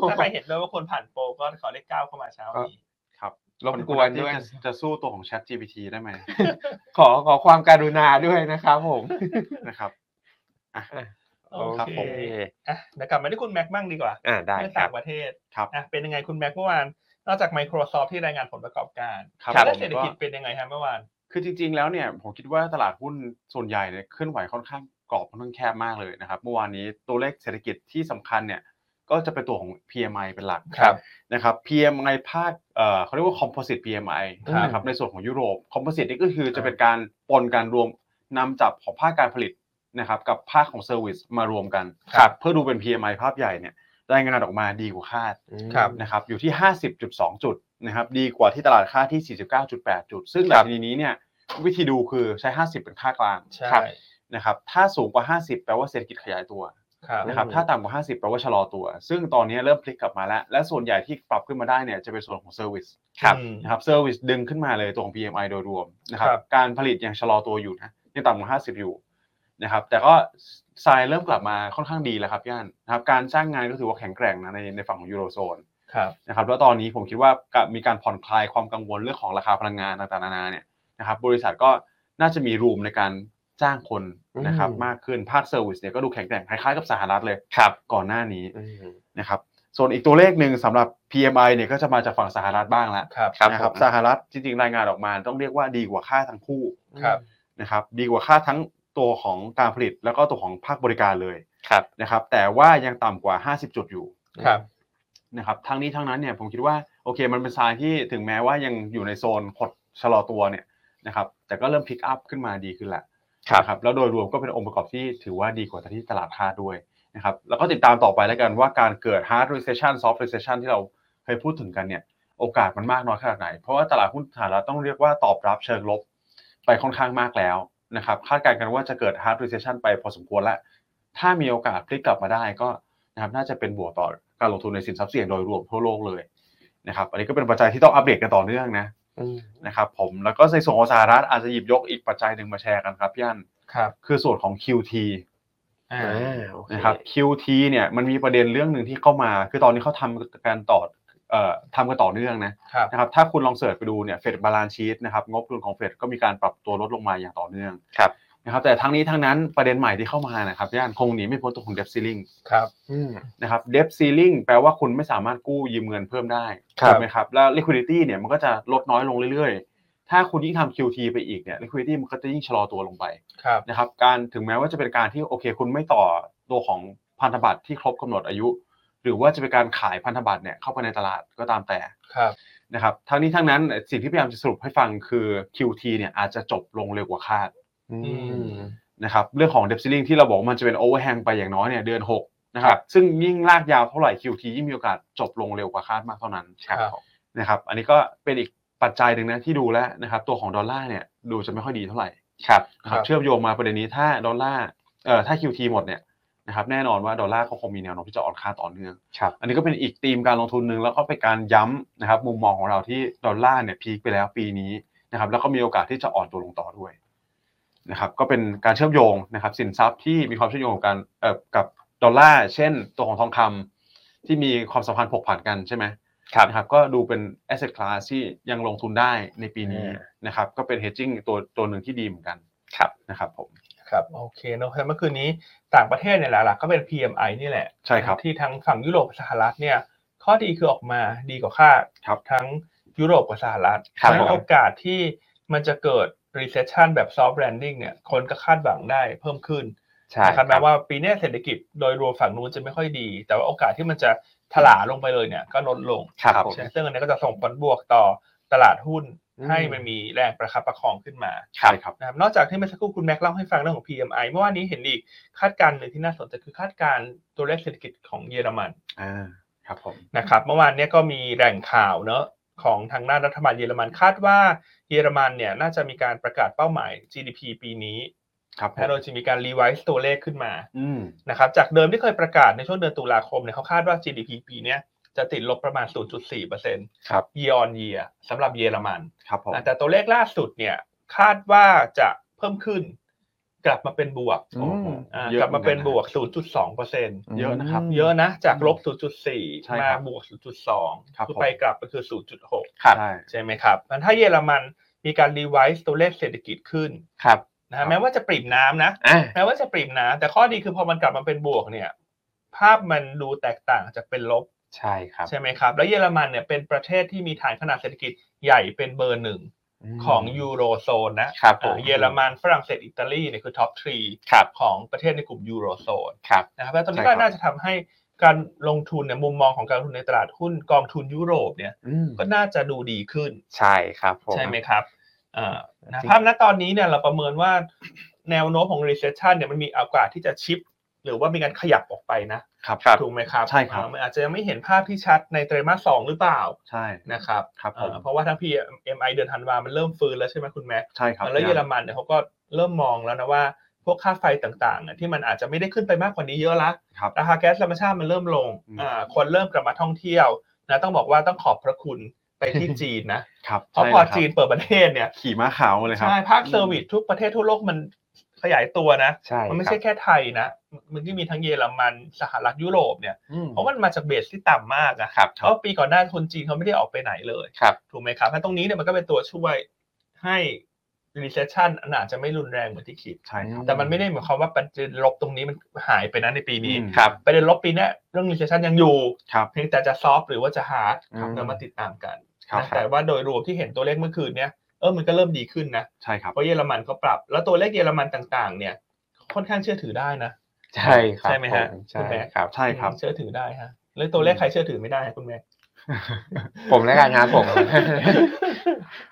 ถ้าใครเห็นด้วยว่าควรผ่านโปรก็ขอเลขเก้าเข้ามาเช้านี้ ครับ รบกวนด้วย จะจะสู้ตัวของ Chat GPT ได้ไหม ขอขอความการุณาด้วยนะครับผม นะครับ โอ โอ เค เค อ่ะเดี๋ยวกลับมาที่คุณแม็กบ้างดีกว่า อ่าได้ เรื่อง ครั ต่า บ งประเทศ ครับ อ่ะเป็นยังไงคุณแม็กเมื่อวาน นอกจาก Microsoft ที่รายงานผลประกอบการ ครับ แล้ว ผม เศรษฐกิจ ก็ เป็นยังไงฮะเมื่อวาน คือจริง ๆ แล้วเนี่ยผมคิดว่าตลาดหุ้นส่วนใหญ่เนี่ยเคลื่อนไหวค่อนข้างกรอบค่อนข้างแคบมากเลยนะครับเมื่อวานนี้ตัวเลขเศรษฐกิจที่สำคัญเนี่ยก็จะเป็นตัวของ PMI เป็นหลัก นะครับ PMI ภาคเอ่อเขาเรียกว่า composite PMI ครับ นะครับ ในส่วนของยุโรป composite นี่ก็คือจะเป็นการปนการรวมนำจับของภาคการผลิตนะครับกับภาคของเซอร์วิสมารวมกัน ครับ เพื่อดูเป็น PMI ภาพใหญ่เนี่ยรายงานออกมาดีกว่าคาด ครับ นะครับอยู่ที่ 50.2 จุดนะครับดีกว่าที่ตลาดค่าดที่ 49.8 จุด ซึ่ง ค ดั รับ ชนีนี้เนี่ยวิธีดูคือใช้ 50 เป็นค่ากลาง ใช่ ครับนะครับถ้าสูงกว่า 50 แปลว่าเศรษฐกิจขยายตัว ครับ นะครับ อืม ถ้าต่ำกว่า 50แปลว่าชะลอตัว ซึ่งตอนนี้เริ่มพลิกกลับมาแล้ว และส่วนใหญ่ที่ปรับขึ้นมาได้เนี่ยจะเป็นส่วนของเซอร์วิส อืม นะครับเซอร์วิสดึงขึ้นมาเลยตัวของ PMI โดยรวมนะครับ ครับ การผลิตยังชะลอตัวอยู่นะยังต่ำกว่า 50 อยู่นะครับแต่ก็ทรายเริ่มกลับมาค่อนข้างดีแล้วครับย่านนะครับการจ้างงานก็ถือว่าแข็งแกร่งนะในในฝั่งของยูโรโซน ครับ นะครับแล้วตอนนี้ผมคิดว่าการมีการผ่อนคลายความกังวลเรื่องของราคาพลังงานต่างๆนานาเนี่ยนะครับบริษัทก็น่าจะมีรูมในการจ้างคนนะครับ อืม มากขึ้นภาคเซอร์วิสเนี่ยก็ดูแข็งแกร่งคล้ายๆกับสหรัฐเลย ครับ ก่อนหน้านี้ อืม นะครับ ส่วนอีกตัวเลขหนึ่งสำหรับ PMI เนี่ยก็จะมาจากฝั่งสหรัฐบ้างแล้ว ครับ ครับ นะ ผ ครับ ม สหรัฐจริงๆรายงานออกมาต้องเรียกว่าดีกว่าค่าทั้งคู่ ครับ นะครับ ดีกว่าค่าทั้งตัวของการผลิตแล้วก็ตัวของภาคบริการเลย ครับ นะครับ แต่ว่ายังต่ำกว่า 50 จุดอยู่ ครับ นะครับทั้งนี้ทั้งนั้นเนี่ยผมคิดว่าโอเคมันเป็นทรายที่ถึงแม้ว่ายังอยู่ในโซนหดชะลอตัวเนี่ยนะครับแต่ก็เริ่มพลิกอัพขึ้นมาดีขึ้นละ ครับ นะครับแล้วโดยรวมก็เป็นองค์ประกอบที่ถือว่าดีกว่าที่ตลาดคาดด้วยนะครับแล้วก็ติดตามต่อไปแล้วกันว่าการเกิด hard recession soft recession ที่เราเคยพูดถึงกันเนี่ยโอกาสมันมากน้อยขนาดไหน เพราะว่าตลาดหุ้นสหรัฐต้องเรียกว่าตอบรับเชิงลบไปค่อนข้างมากแล้วนะครับคาดการณ์กันว่าจะเกิด hard recession ไปพอสมควรแล้ว ถ้ามีโอกาสพลิกกลับมาได้ก็นะครับน่าจะเป็นบวกต่อการลงทุนในสินทรัพย์เสี่ยงโดยรวมทั่วโลกเลยนะครับอันนี้ก็เป็นปัจจัยที่ต้องอัปเดตกันต่อเนื่องนะ อืม นะครับผมแล้วก็ในส่วนของสหรัฐอาจจะหยิบยกอีกปัจจัยหนึ่งมาแชร์กันครับพี่อัน ครับ คือส่วนของ QT อ่า อ่าโอเค นะครับ QT เนี่ยมันมีประเด็นเรื่องหนึ่งที่เข้ามา คือตอนนี้เขาทำการต่อเอ่อทำกันต่อเนื่องนะครับ นะครับถ้าคุณลองเสิร์ชไปดูเนี่ยเฟดบาลานซ์ชีตนะครับงบดุลของเฟดก็มีการปรับตัวลดลงมาอย่างต่อเนื่อง ครับ นะครับแต่ทั้งนี้ทั้งนั้นประเด็นใหม่ที่เข้ามานะครับย่านคงหนีไม่พ้นตัวของ debt ceiling ครับ อืม นะครับ debt ceiling แปลว่าคุณไม่สามารถกู้ยืมเงินเพิ่มได้ ครับ ถูกไหมครับแล้ว liquidity เนี่ยมันก็จะลดน้อยลงเรื่อยๆ ถ้าคุณยิ่งทำ QT ไปอีกเนี่ย liquidity มันก็จะยิ่งชะลอตัวลงไป ครับ นะครับการถึงแม้ว่าจะเป็นการที่โอเค คุณไม่ต่อตัวของพันธบัตรที่ครบกำหนดอายุ หรือว่าจะเป็นการขายพันธบัตรเนี่ยเข้าไปในตลาดก็ตามแต่ ครับ นะครับทั้งนี้ทั้งนั้นสิ่งที่พยายามจะสรุปให้ฟังคือ QT เนี่ยอาจจะจบลงเร็วกว่าคาด อืม นะครับเรื่องของ debt ceiling ที่เราบอกว่ามันจะเป็น overhang ไปอย่างน้อยเนี่ยเดือน6นะครับซึ่งยิ่งลากยาวเท่าไหร่ QT ยิ่งมีโอกาสจบลงเร็วกว่าคาดมากเท่านั้น ครับ นะครับอันนี้ก็เป็นอีกปัจจัยหนึ่งนะที่ดูแล้วนะครับตัวของดอลลาร์เนี่ยดูจะไม่ค่อยดีเท่าไหร่ ครับ นะ ค ค รั รับ บเชื่อมโยงมาประเด็นนี้ถ้าดอลลาร์เอ่อถ้า QT หมดเนี่ยนะครับแน่นอนว่าดอลลาร์ก็คงมีแนวโน้มที่จะอ่อนค่าต่อเนื่อง ครับ อันนี้ก็เป็นอีกธีมการลงทุนหนึ่งแล้วก็เป็นการย้ำนะครับมุมมองของเราที่ดอลลาร์เนี่ยพีคไปแล้วปีนี้นะครับแล้วก็มีโอกาสที่จะอ่อนตัวลงต่อด้วยนะครับก็เป็นการเชื่อมโยงนะครับสินทรัพย์ที่มีความเชื่อมโยงกับการเอ่อกับดอลลาร์เช่น ตัวของทองคำที่มีความสัมพันธ์ผกผันกันใช่ไหม ครับ นะครับก็ดูเป็น asset class ที่ยังลงทุนได้ในปีนี้ อ่า นะครับก็เป็น hedging ตัวตัวหนึ่งที่ดีเหมือนกัน ครับ นะครับผม ครับโอเคเนอะแต่เมื่อคืนนี้ต่างประเทศเนี่ยหลักๆก็เป็น PMI นี่แหละ ใช่ครับ ที่ทั้งฝั่งยุโรปกับสหรัฐเนี่ยข้อดีคือออกมาดีกว่าคาด ครับ ทั้งยุโรปกับสหรัฐ ครับ ดังนั้น ผม โอกาสที่มันจะเกิด recession แบบ soft landing เนี่ยคนก็คาดหวังได้เพิ่มขึ้น ใช่ นะค ครั รั บบ แม้ว่าปีเนี้ยเศรษฐกิจโดยรวมฝั่งนู้นจะไม่ค่อยดี แต่ว่าโอกาสที่มันจะถลาลงไปเลยเนี่ยก็ลดลง ครับผม ใช่ซึ่งอันนี้ก็จะส่งผลบวกต่อตลาดหุ้น อืม ให้มันมีแรงประคับประคองขึ้นมา ใช่ครับ นะครับนอกจากที่เมื่อสักครู่คุณแม็กซ์เล่าให้ฟังเรื่องของ PMI เมื่อวานนี้เห็นอีกคาดการณ์หนึ่งที่น่าสนใจคือคาดการณ์ตัวเลขเศรษฐกิจของเยอรมัน อ่า ครับผม นะครับเมื่อวานเนี้ยก็มีแหล่งข่าวเนอะของทางด้านรัฐบาลเยอรมันคาดว่าเยอรมันเนี่ยน่าจะมีการประกาศเป้าหมาย GDP ปีนี้ ครับผม และโดยจะมีการรีไวซ์ตัวเลขขึ้นมา อืม นะครับจากเดิมที่เคยประกาศในช่วงเดือนตุลาคมเนี่ยเขาคาดว่า GDP ปีเนี้ยจะติดลบประมาณ 0.4% ครับ year on year สำหรับเยอรมัน ครับผม แต่ตัวเลขล่าสุดเนี่ยคาดว่าจะเพิ่มขึ้น กลับมาเป็นบวก อืม อ่า เยอะ กลับมาเป็นบวก อื 0.2% มเยอะนะครับ เยอะนะ จากลบ ใช่ 0.4 ค มา รับบ วก 0.2 ครับผม อไปกลับก็คือ ครับ0.6ใช่ใช่ไหมครับมันถ้าเยอรมันมีการรีไวซ์ตัวเลขเศรษฐกิจขึ้น ครับ นะ ครั ฮะ บ แม้ว่าจะปริ่มน้ำนะ อ่ะ แม้ว่าจะปริ่มน้ำแต่ข้อดีคือพอมันกลับมาเป็นบวกเนี่ย ภาพมันดูแตกต่างจากเป็นลบ ใช่ครับ ใช่ไหมครับ แล้วเยอรมันเนี่ยเป็นประเทศที่มีฐานขนาดเศรษฐกิจใหญ่เป็นเบอร์หนึ่ง ของยูโรโซนนะครับ ผ อ่ามเยอรมันฝรั่งเศสอิตาลีเนี่ยคือท็อปทรี ครับ ของประเทศในกลุ่มยูโรโซน ครับ นะครับแล้วตอนนี้ ใช่ครั ก็ บ น่าจะทำให้การลงทุนเนี่ยมุมมองของการลงทุนในตลาดหุ้นกองทุนยุโรปเนี่ย อืม ก็น่าจะดูดีขึ้น ใช่ครับผม ใช่ไหมครับอ่านะ จริง ภาพณตอนนี้เนี่ยเราประเมินว่าแนวโน้มของ recession เนี่ยมันมีโอกาสที่จะชิป หรือว่ามีการขยับออกไปนะครับ ถูกไหมครับ ใช่ครับ อ่ามันอาจจะยังไม่เห็นภาพที่ชัดในไตรมาสสองหรือเปล่า ใช่ นะครับ ครับผ อ่าม เพราะว่าทั้ง PMI เดือนธันวามันเริ่มฟื้นแล้วใช่ไหมคุณแม่ ใช่ครับ แล้วเยอรมันเนี่ยเขาก็เริ่มมองแล้วนะว่า พวกค่าไฟต่างๆเนี่ยที่มันอาจจะไม่ได้ขึ้นไปมากกว่านี้เยอะละ ครับ ราคาแก๊สธรรมชาติมันเริ่มลง อืม อ่าคนเริ่มกลับมาท่องเที่ยวนะต้องบอกว่าต้องขอบพระคุณไปที่ จีนนะครับ เพราะ ใช่ พอ ลยครับ จีนเปิดประเทศเนี่ย ขี่ม้าขาวมาเลยครับ ใช่ภาคเซอร์วิสทุกประเทศทั่วโลกมันขยายตัวนะ ใช่ มันไม่ ครั ใช่ บ แค่ไทยนะมันก็มีทั้งเยอรมันสหรัฐยุโรปเนี่ย อืม เพราะมันมาจากเบสที่ต่ำมากอะ ครับ เพราะปีก่อนหน้าคนจีนเขาไม่ได้ออกไปไหนเลย ครับ ถูกไหมครับถ้าตรงนี้เนี่ยมันก็เป็นตัวช่วยให้ recession อันอาจจะไม่รุนแรงเหมือนที่คิด ใช่ครับ แต่มันไม่ได้หมายความว่าประเด็นลบตรงนี้มันหายไปนะในปีนี้ อืม ครับ ประเด็นลบปีเนี้ยเรื่อง recession ยังอยู่ ครับ เพียงแต่จะซอฟหรือว่าจะหาร์ด ครับ เรามาติดตามกัน ครับ นะแต่ว่าโดยรวมที่เห็นตัวเลขเมื่อคืนเนี้ยเออมันก็เริ่มดีขึ้นนะ ใช่ครับ เพราะเยอรมันเขาปรับ แล้วตัวเลขเยอรมันต่างๆ เนี่ย ค่อนข้างเชื่อถือได้นะ ใช่ครับ ใช่ไหมฮะ ผ ใช่ ใช่ ไหม ครับ ใช่ครับ เชื่อถือได้ฮะแล้วตัวเลขใครเชื่อถือไม่ได้ฮะคุณแม่ ผมแล้วกันครับผม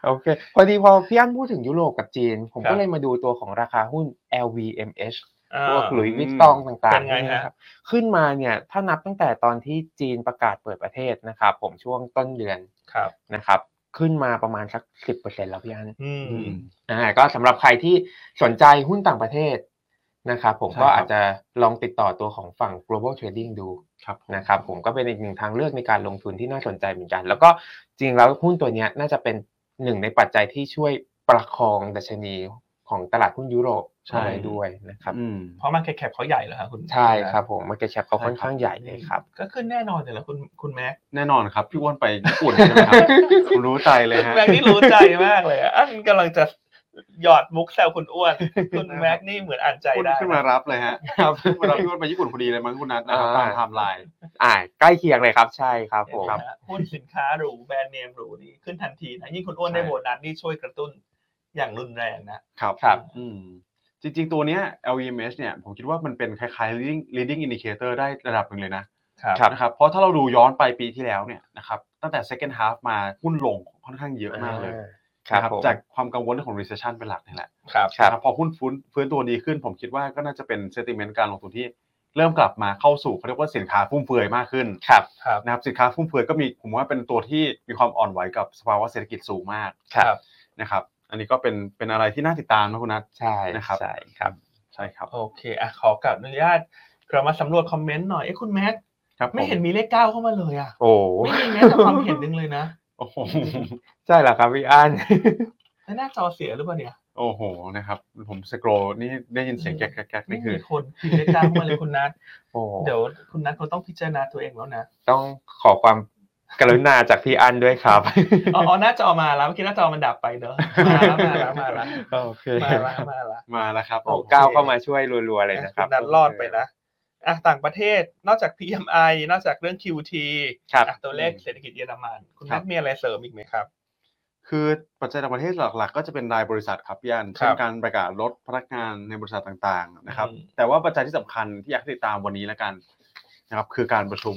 โอเค พอดีพอพี่อั้นพูดถึงยุโรปกับจีน ผม ครั ก็ บ เลยมาดูตัวของราคาหุ้น LVMH อ่า พวกหลุยส์วิตตองต่าง เป็น ๆ ไงฮะ นี่นะครับขึ้นมาเนี่ยถ้านับตั้งแต่ตอนที่จีนประกาศเปิดประเทศนะครับ ผมช่วงต้นเดือน ครับ นะครับ ขึ้นมาประมาณสัก 10%แล้วพี่อัน อืม อ่าก็สำหรับใครที่สนใจหุ้นต่างประเทศนะครับผม ใช่ครับ ก็อาจจะลองติดต่อตัวของฝั่ง global trading ดู ครับผม นะครับผมก็เป็นอีกหนึ่งทางเลือกในการลงทุนที่น่าสนใจเหมือนกัน แล้วก็จริงแล้วหุ้นตัวเนี้ยน่าจะเป็นหนึ่งในปัจจัยที่ช่วยประคองดัชนีของตลาดหุ้นยุโรป ใช่ ได้ด้วยนะครับ อืม เพราะมันแคปเขาใหญ่เหรอครับคุณ ใช่ครับผมมาเก็ตแชปเขาค่อนข้างใหญ่เลยครับ ก็ขึ้นแน่นอนเลยเหรอคุณคุณแม็ก แน่นอนครับ พี่อ้วนไปญี่ปุ่นใช่ไหมครับ ผมรู้ใจเลยฮะ แม็กนี่รู้ใจมากเลยอ่ะอันกำลังจะหยอดมุกแซวคุณอ้วน คุณแม็กนี่เหมือนอ่านใจ คุณ ได้ ขึ้นมา นะ รับเลยฮะ ครับ คุณรับพี่อ้วนไปญี่ปุ่นพอดีเลยมั้งคุณนัทนะครับตามไทม์ไลน์ อ่าใกล้เคียงเลยครับใช่ครับผม นะฮะหุ้นสินค้าหรูแบรนด์เนมหรูนี่ขึ้นทันทีนะยิ่งคุณอ้วนได้ ใช่ โบนัสนี่ช่วยกระตุ้นอย่างรุนแรงนะครับ ครับ อืม จริง ๆ ตัวเนี้ย LVMH เนี่ย ผมคิดว่ามันเป็นคล้ายๆ leading leading indicator ได้ระดับหนึ่งเลยนะ ครับ ครับ นะครับเพราะถ้าเราดูย้อนไปปีที่แล้วเนี่ยนะครับตั้งแต่ second half มาหุ้นลงค่อนข้างเยอะมากเลย ครับ นะ ผม จากความกังวลเรื่องของ recession เป็นหลักนี่แหละ ครับ ครับ นะพอหุ้นฟื้นฟื้นตัวดีขึ้น ผมคิดว่าก็น่าจะเป็น sentiment การลงทุนที่เริ่มกลับมาเข้าสู่เขาเรียกว่าสินค้าฟุ่มเฟือยมากขึ้น ครับ ครับ นะครับสินค้าฟุ่มเฟือยก็มีผมว่าเป็นตัวที่มีความอ่อนไหวกับสภาวะเศรษฐกิจสูงมาก ครับ นะครับอันนี้ก็เป็นเป็นอะไรที่น่าติดตามนะคุณนัท ใช่ นะครับ ใช่ครับ ใช่ครับ โอเคอ่ะขอกลับอนุญาตกลับมาสำรวจคอมเมนต์หน่อยเอ้คุณแม็ก ครับผ ไม่เห็นมีเลขเก้าเข้ามาเลยอ่ะ โอ้ ไม่มีแม้แต่ความเห็นหนึ่งเลยนะ โอ้โห ใช่เหรอครับพี่อัน แล้วหน้าจอเสียหรือเปล่าเนี่ย โอ้โหนะครับผมสครนี่ได้ยินเสียงแก๊กแก๊กแก๊ก ไม่ นี่คื มี อ คนพิมพ์เลขเก้าเข้ามาเลยคุณนัท โอ้ เดี๋ยวคุณนัทเขาต้องพิจารณาตัวเองแล้วนะ ต้องขอความ กรุณาจากพี่อันด้วยครับ อ๋ออ๋อหน้าจอมาแล้วเมื่อกี้หน้าจอมันดับไปเนอะมาแล้วมาแล้วมาแล้ว โอเค มาแล้วมาแล้ว มาแล้วครับ โอ้ โอเค ก้าวเข้ามาช่วยรัวๆเลยนะครับ ณนัดรอดไปนะอ่ะต่างประเทศนอกจาก PMI นอกจากเรื่อง QT ครับ อ่ะตัวเลขเศรษฐกิจเยอรมัน คุณนัทมีอะไรเสริมอีกไหมครับ คือปัจจัยต่างประเทศหลักๆ ก็จะเป็นรายบริษัทครับพี่อัน ครั เช่น บ การประกาศลดพนักงานในบริษัทต่างๆนะครับ อืม แต่ว่าปัจจัยที่สำคัญที่อยากติดตามวันนี้แล้วกันนะครับคือการประชุม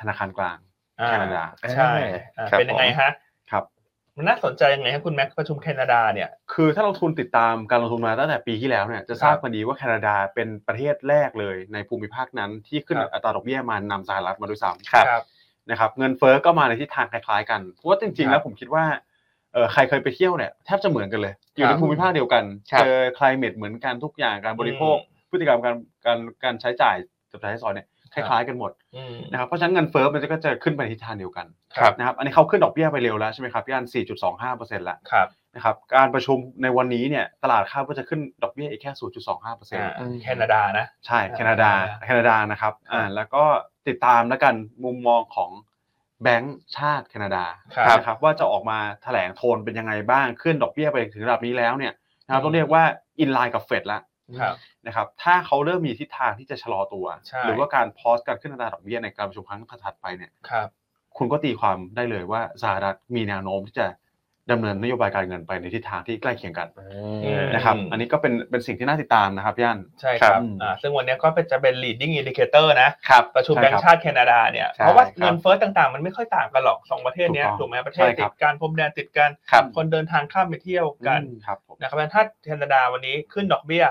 ธนาคารกลางแคนาดา อ่ใช่อ่ะ ครับ เป็นยังไงฮะ ครับ มันน่าสนใจยังไงฮะคุณแม็กซ์ประชุมแคนาดาเนี่ย คือถ้าเราทุนติดตามการลงทุนมาตั้งแต่ปีที่แล้วเนี่ยจะทราบกันดีว่าแคนาดาเป็นประเทศแรกเลยในภูมิภาคนั้นที่ขึ้น ครับ อัตราดอกเบี้ยมานำสหรัฐมาด้วย ครั ซ้ำ บ นะครับเงินเฟ้อก็มาในทิศทางคล้ายๆกันเพราะว่าจริงๆ แล้วผมคิดว่าเออใครเคยไปเที่ยวเนี่ยแทบจะเหมือนกันเลย อยู่ในภูมิภาคเดียวกัน ครับ เจอ climate เหมือนกันทุกอย่างการบริโภค พฤติกรรมการการการใช้จ่ายจับจ่ายใช้สอยเนี่ยคล้ายๆกันหมด อืม นะครับเพราะฉะนั้นเงินเฟ้อมันก็จะขึ้นไปในทิศทางเดียวกัน ครับ นะครับอันนี้เขาขึ้นดอกเบี้ยไปเร็วแล้วใช่ไหมครับพี่อัน4.25%ละ ครับ นะครับการประชุมในวันนี้เนี่ยตลาดคาดว่าจะขึ้นดอกเบี้ยอีกแค่ 0.25% อ่าแคนาดานะ ใช่แคนาดาแคนาดานะครับอ่าแล้วก็ติดตามแล้วกันมุมมองของแบงก์ชาติแคนาดา ครับ นะครับว่าจะออกมาแถลงโทนเป็นยังไงบ้างขึ้นดอกเบี้ยไปถึงระดับนี้แล้วเนี่ยนะครับต้องเรียกว่าอินไลน์กับเฟดแล้ว ครับ นะครับถ้าเขาเริ่มมีทิศทางที่จะชะลอตัว ใช่ หรือว่าการพอสการขึ้นอัตราดอกเบี้ยในการประชุมครั้งถัดไปเนี่ย ครับ คุณก็ตีความได้เลยว่าสหรัฐมีแนวโน้มที่จะดำเนินนโยบายการเงินไปในทิศทางที่ใกล้เคียงกัน อืม นะครับ อันนี้ก็เป็นเป็นสิ่งที่น่าติดตามนะครับพี่อัน ใช่ครับ ครับ อ่าซึ่งวันนี้ก็เป็นจะเป็น leading indicator นะ ครับ ประชุม ใช่ แบ ครังบก์ชาติแคนาดาเนี่ย ใช่ เพราะว่า ครับ เงินเฟ้อต่างๆ มันไม่ค่อยต่างกันหรอกสองประเทศเนี้ย ถูกต้อง ถูกไหมประเท ใช่ ศ ค ติ รับ ดกันพรมแดนติดกัน ครับ คนเดินทางข้ามไปเที่ยวกัน อืมครับผม นะครับถ้าแคนาดาวันนี้ขึ้นดอกเบี้ย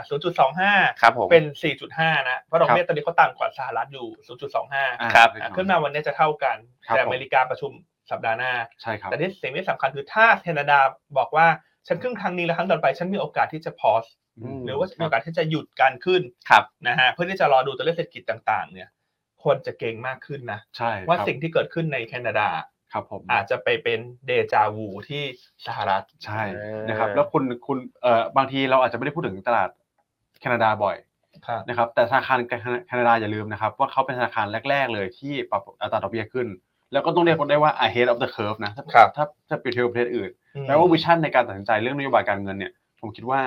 0.25 ครับผม เป็น 4.5 นะ เพราะดอกเบี้ยตอนนี้เขาต่ำกว่าสหรัฐอยู่ 0.25 อ่า ครับ อ่ะ เล็กอย ขึ้นมาวันนี้จะเท่ากัน ครับ แต่ ผม อเมริกาประชุมสัปดาห์หน้า ใช่ครับ แต่ที่สิ่งที่สำคัญคือถ้าแคนาดาบอกว่าฉันขึ้นครั้งนี้และครั้งต่อไปฉันมีโอกาสที่จะ pause อืม หรือว่ามีโอกาสที่จะหยุดการขึ้น ครับ นะฮะเพื่อที่จะรอดูตัวเลขเศรษฐกิจต่างๆ เนี่ยคนจะเก่งมากขึ้นนะ ใช่ ว่า ครับ สิ่งที่เกิดขึ้นในแคนาดา ครับผม อาจจะไปเป็นเดจาวูที่สหรัฐ ใช่ เออ นะครับ แล้วคุณคุณเอ่อบางทีเราอาจจะไม่ได้พูดถึงตลาดแคนาดาบ่อย ครับ นะครับ แต่ธนาคารแคนาดาอย่าลืมนะครับ ว่าเขาเป็นธนาคารแรก ๆ เลยที่ปรับอัตราดอกเบี้ยขึ้น แล้วก็ต้องเรียกได้ว่า ahead of the curve นะถ้า ครับ ถ้าถ้าเปรียบเทียบกับประเทศอื่นแปลว่าวิชั่นในการตัดสินใจเรื่องนโยบายการเงินเนี่ยผมคิดว่า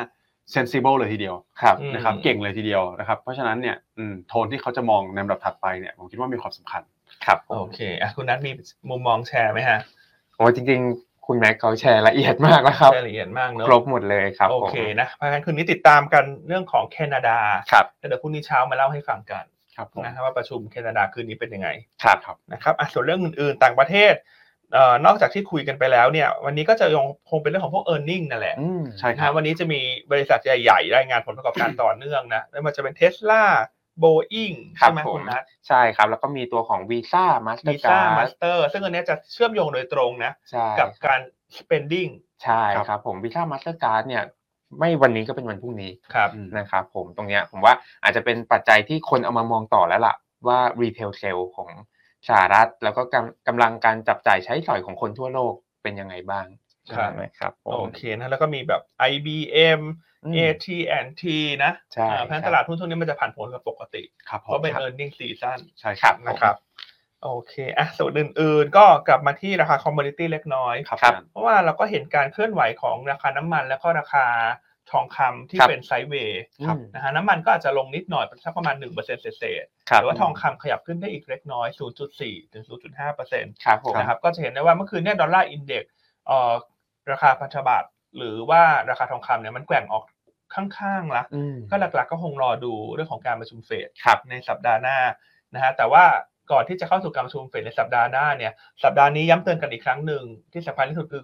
sensible เลยทีเดียว ครับ อืม นะครับเก่งเลยทีเดียวนะครับเพราะฉะนั้นเนี่ยอืมโทนที่เขาจะมองในลำดับถัดไปเนี่ยผมคิดว่ามีความสำคัญ ครับ โอเคอ่ะคุณนัทมีมุมมองแชร์ไหมฮะ โอ้จริงๆ คุณแม็กเขาแชร์ละเอียดมากแล้วครับ รายละเอียดมากเนอะ ครบหมดเลยครับ โอ ผม เคนะเพราะฉะนั้นคืนนี้ติดตามกันเรื่องของแคนาดา ครับ แล้วเดี๋ยวพรุ่งนี้เช้ามาเล่าให้ฟังกัน ครับผม นะครับว่าประชุมแคนาดาคืนนี้เป็นยังไง ครับ นะครับอ่ะส่วนเรื่องอื่นๆ ต่างประเทศเอ่อนอกจากที่คุยกันไปแล้วเนี่ย วันนี้ก็จะยังคงเป็นเรื่องของพวก e a r n i n g นั่นแหละ อืม ใช่ นะ ค ค รั รั บบ วันนี้จะมีบริษัทใหญ่ๆ รายงานผลประกอบการ ต่อเนื่องนะไม่ว่าจะเป็นเทสลาโบอิง ครั ใช่ บ ไหม ผม คุณนัท ใช่ครับ แล้วก็มีตัวของวีซ่ามาสเตอ วี ร์ ซ่า กามาร์ด สเตอร์ซึ่งอันเนี้ยจะเชื่อมโยงโดยตรงนะ ใช่ กับการ spending ใช่ครับผมวีซ่ามาสเตอร์การ์ดเนี่ย ไม่วันนี้ก็เป็นวันพรุ่งนี้ ครับ อืม นะครับผมตรงเนี้ยผมว่าอาจจะเป็นปัจจัยที่คนเอามามองต่อแล้วล่ะ ว่ารีเทลเซลของสหรัฐ แล้วก็กำกำลังการจับจ่ายใช้สอยของคนทั่วโลกเป็นยังไงบ้าง ครับ ใช่ไหมครับผ โอ ม เคนะแล้วก็มีแบบ IBM อืม AT&T นะ ใช่ อ่าเพราะฉะนั้นตลาดหุ้นช่วงนี้มันจะผันผวนกับปกติ ครับผ เพราะ ม เป็น ครับ earning season ใช่ครับ นะครับโอเคอ่ะส่วนอื่นๆ ก็กลับมาที่ราคาคอมมูนิตี้เล็กน้อย ครับ เพราะว่าเราก็เห็นการเคลื่อนไหวของราคาน้ำมัน แล้วก็ราคาทองคำที่ ครับ เป็นไซด์เวย์ ครับ นะฮะน้ำมันก็อาจจะลงนิดหน่อยสักประมาณ1%เศษเศษๆ ครั แต่ บ ว่าทองคำขยับขึ้นได้อีกเล็กน้อย 0.4 ถึง 0.5%น ครับผม ะครับก็จะเห็นได้ว่าเมื่อคืนเนี่ยดอลลาร์อินเด็กซ์เอ่อราคาพันธบัตรหรือว่าราคาทองคำเนี่ยมันแกว่งออกข้างๆละ อืม ก็หลักๆก็คงรอดูเรื่องของการประชุมเฟด ครับ ในสัปดาห์หน้านะฮะแต่ว่าก่อนที่จะเข้าสู่การประชุมเฟดในสัปดาห์หน้าเนี่ยสัปดาห์นี้ย้ำเตือนกันอีกครั้งหนึ่งที่สำคัญที่สุดคือ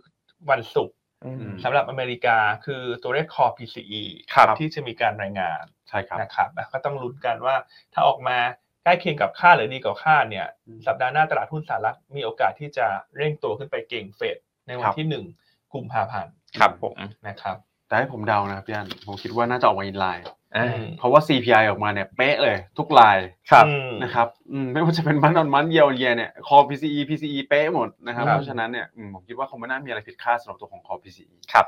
วันศุกร์ อืม สำหรับอเมริกาคือตัวเลขคอ PCE ครับ ที่จะมีการรายงาน ใช่ครับ นะครับแล้วก็ต้องลุ้นกันว่าถ้าออกมาใกล้เคียงกับค่าดหรือดีกว่าคาดเนี่ย อืม สัปดาห์หน้าตลาดหุ้นสหรัฐมีโอกาสที่จะเร่งตัวขึ้นไปเก่งเฟดในวั คน รับ ที่หนึ่งกุมภาพันธ์ ครับผม นะครับ แต่ให้ผมเดานะพี่อันผมคิดว่าน่าจะออกมาอินไลน์ อ่า ม เพราะว่า CPI ออกมาเนี่ยเป๊ะเลยทุกไลน์ ครับ อืม นะครับอืมไม่ว่าจะเป็นมันนอนมันเยียวเยียเนี่ยคอ PCE PCE เป๊ะหมดนะครับ ครับ เพราะฉะนั้นเนี่ยอืมผมคิดว่าคงไม่น่ามีอะไรผิดคาดสำหรับตัวของคอ PCE ครับ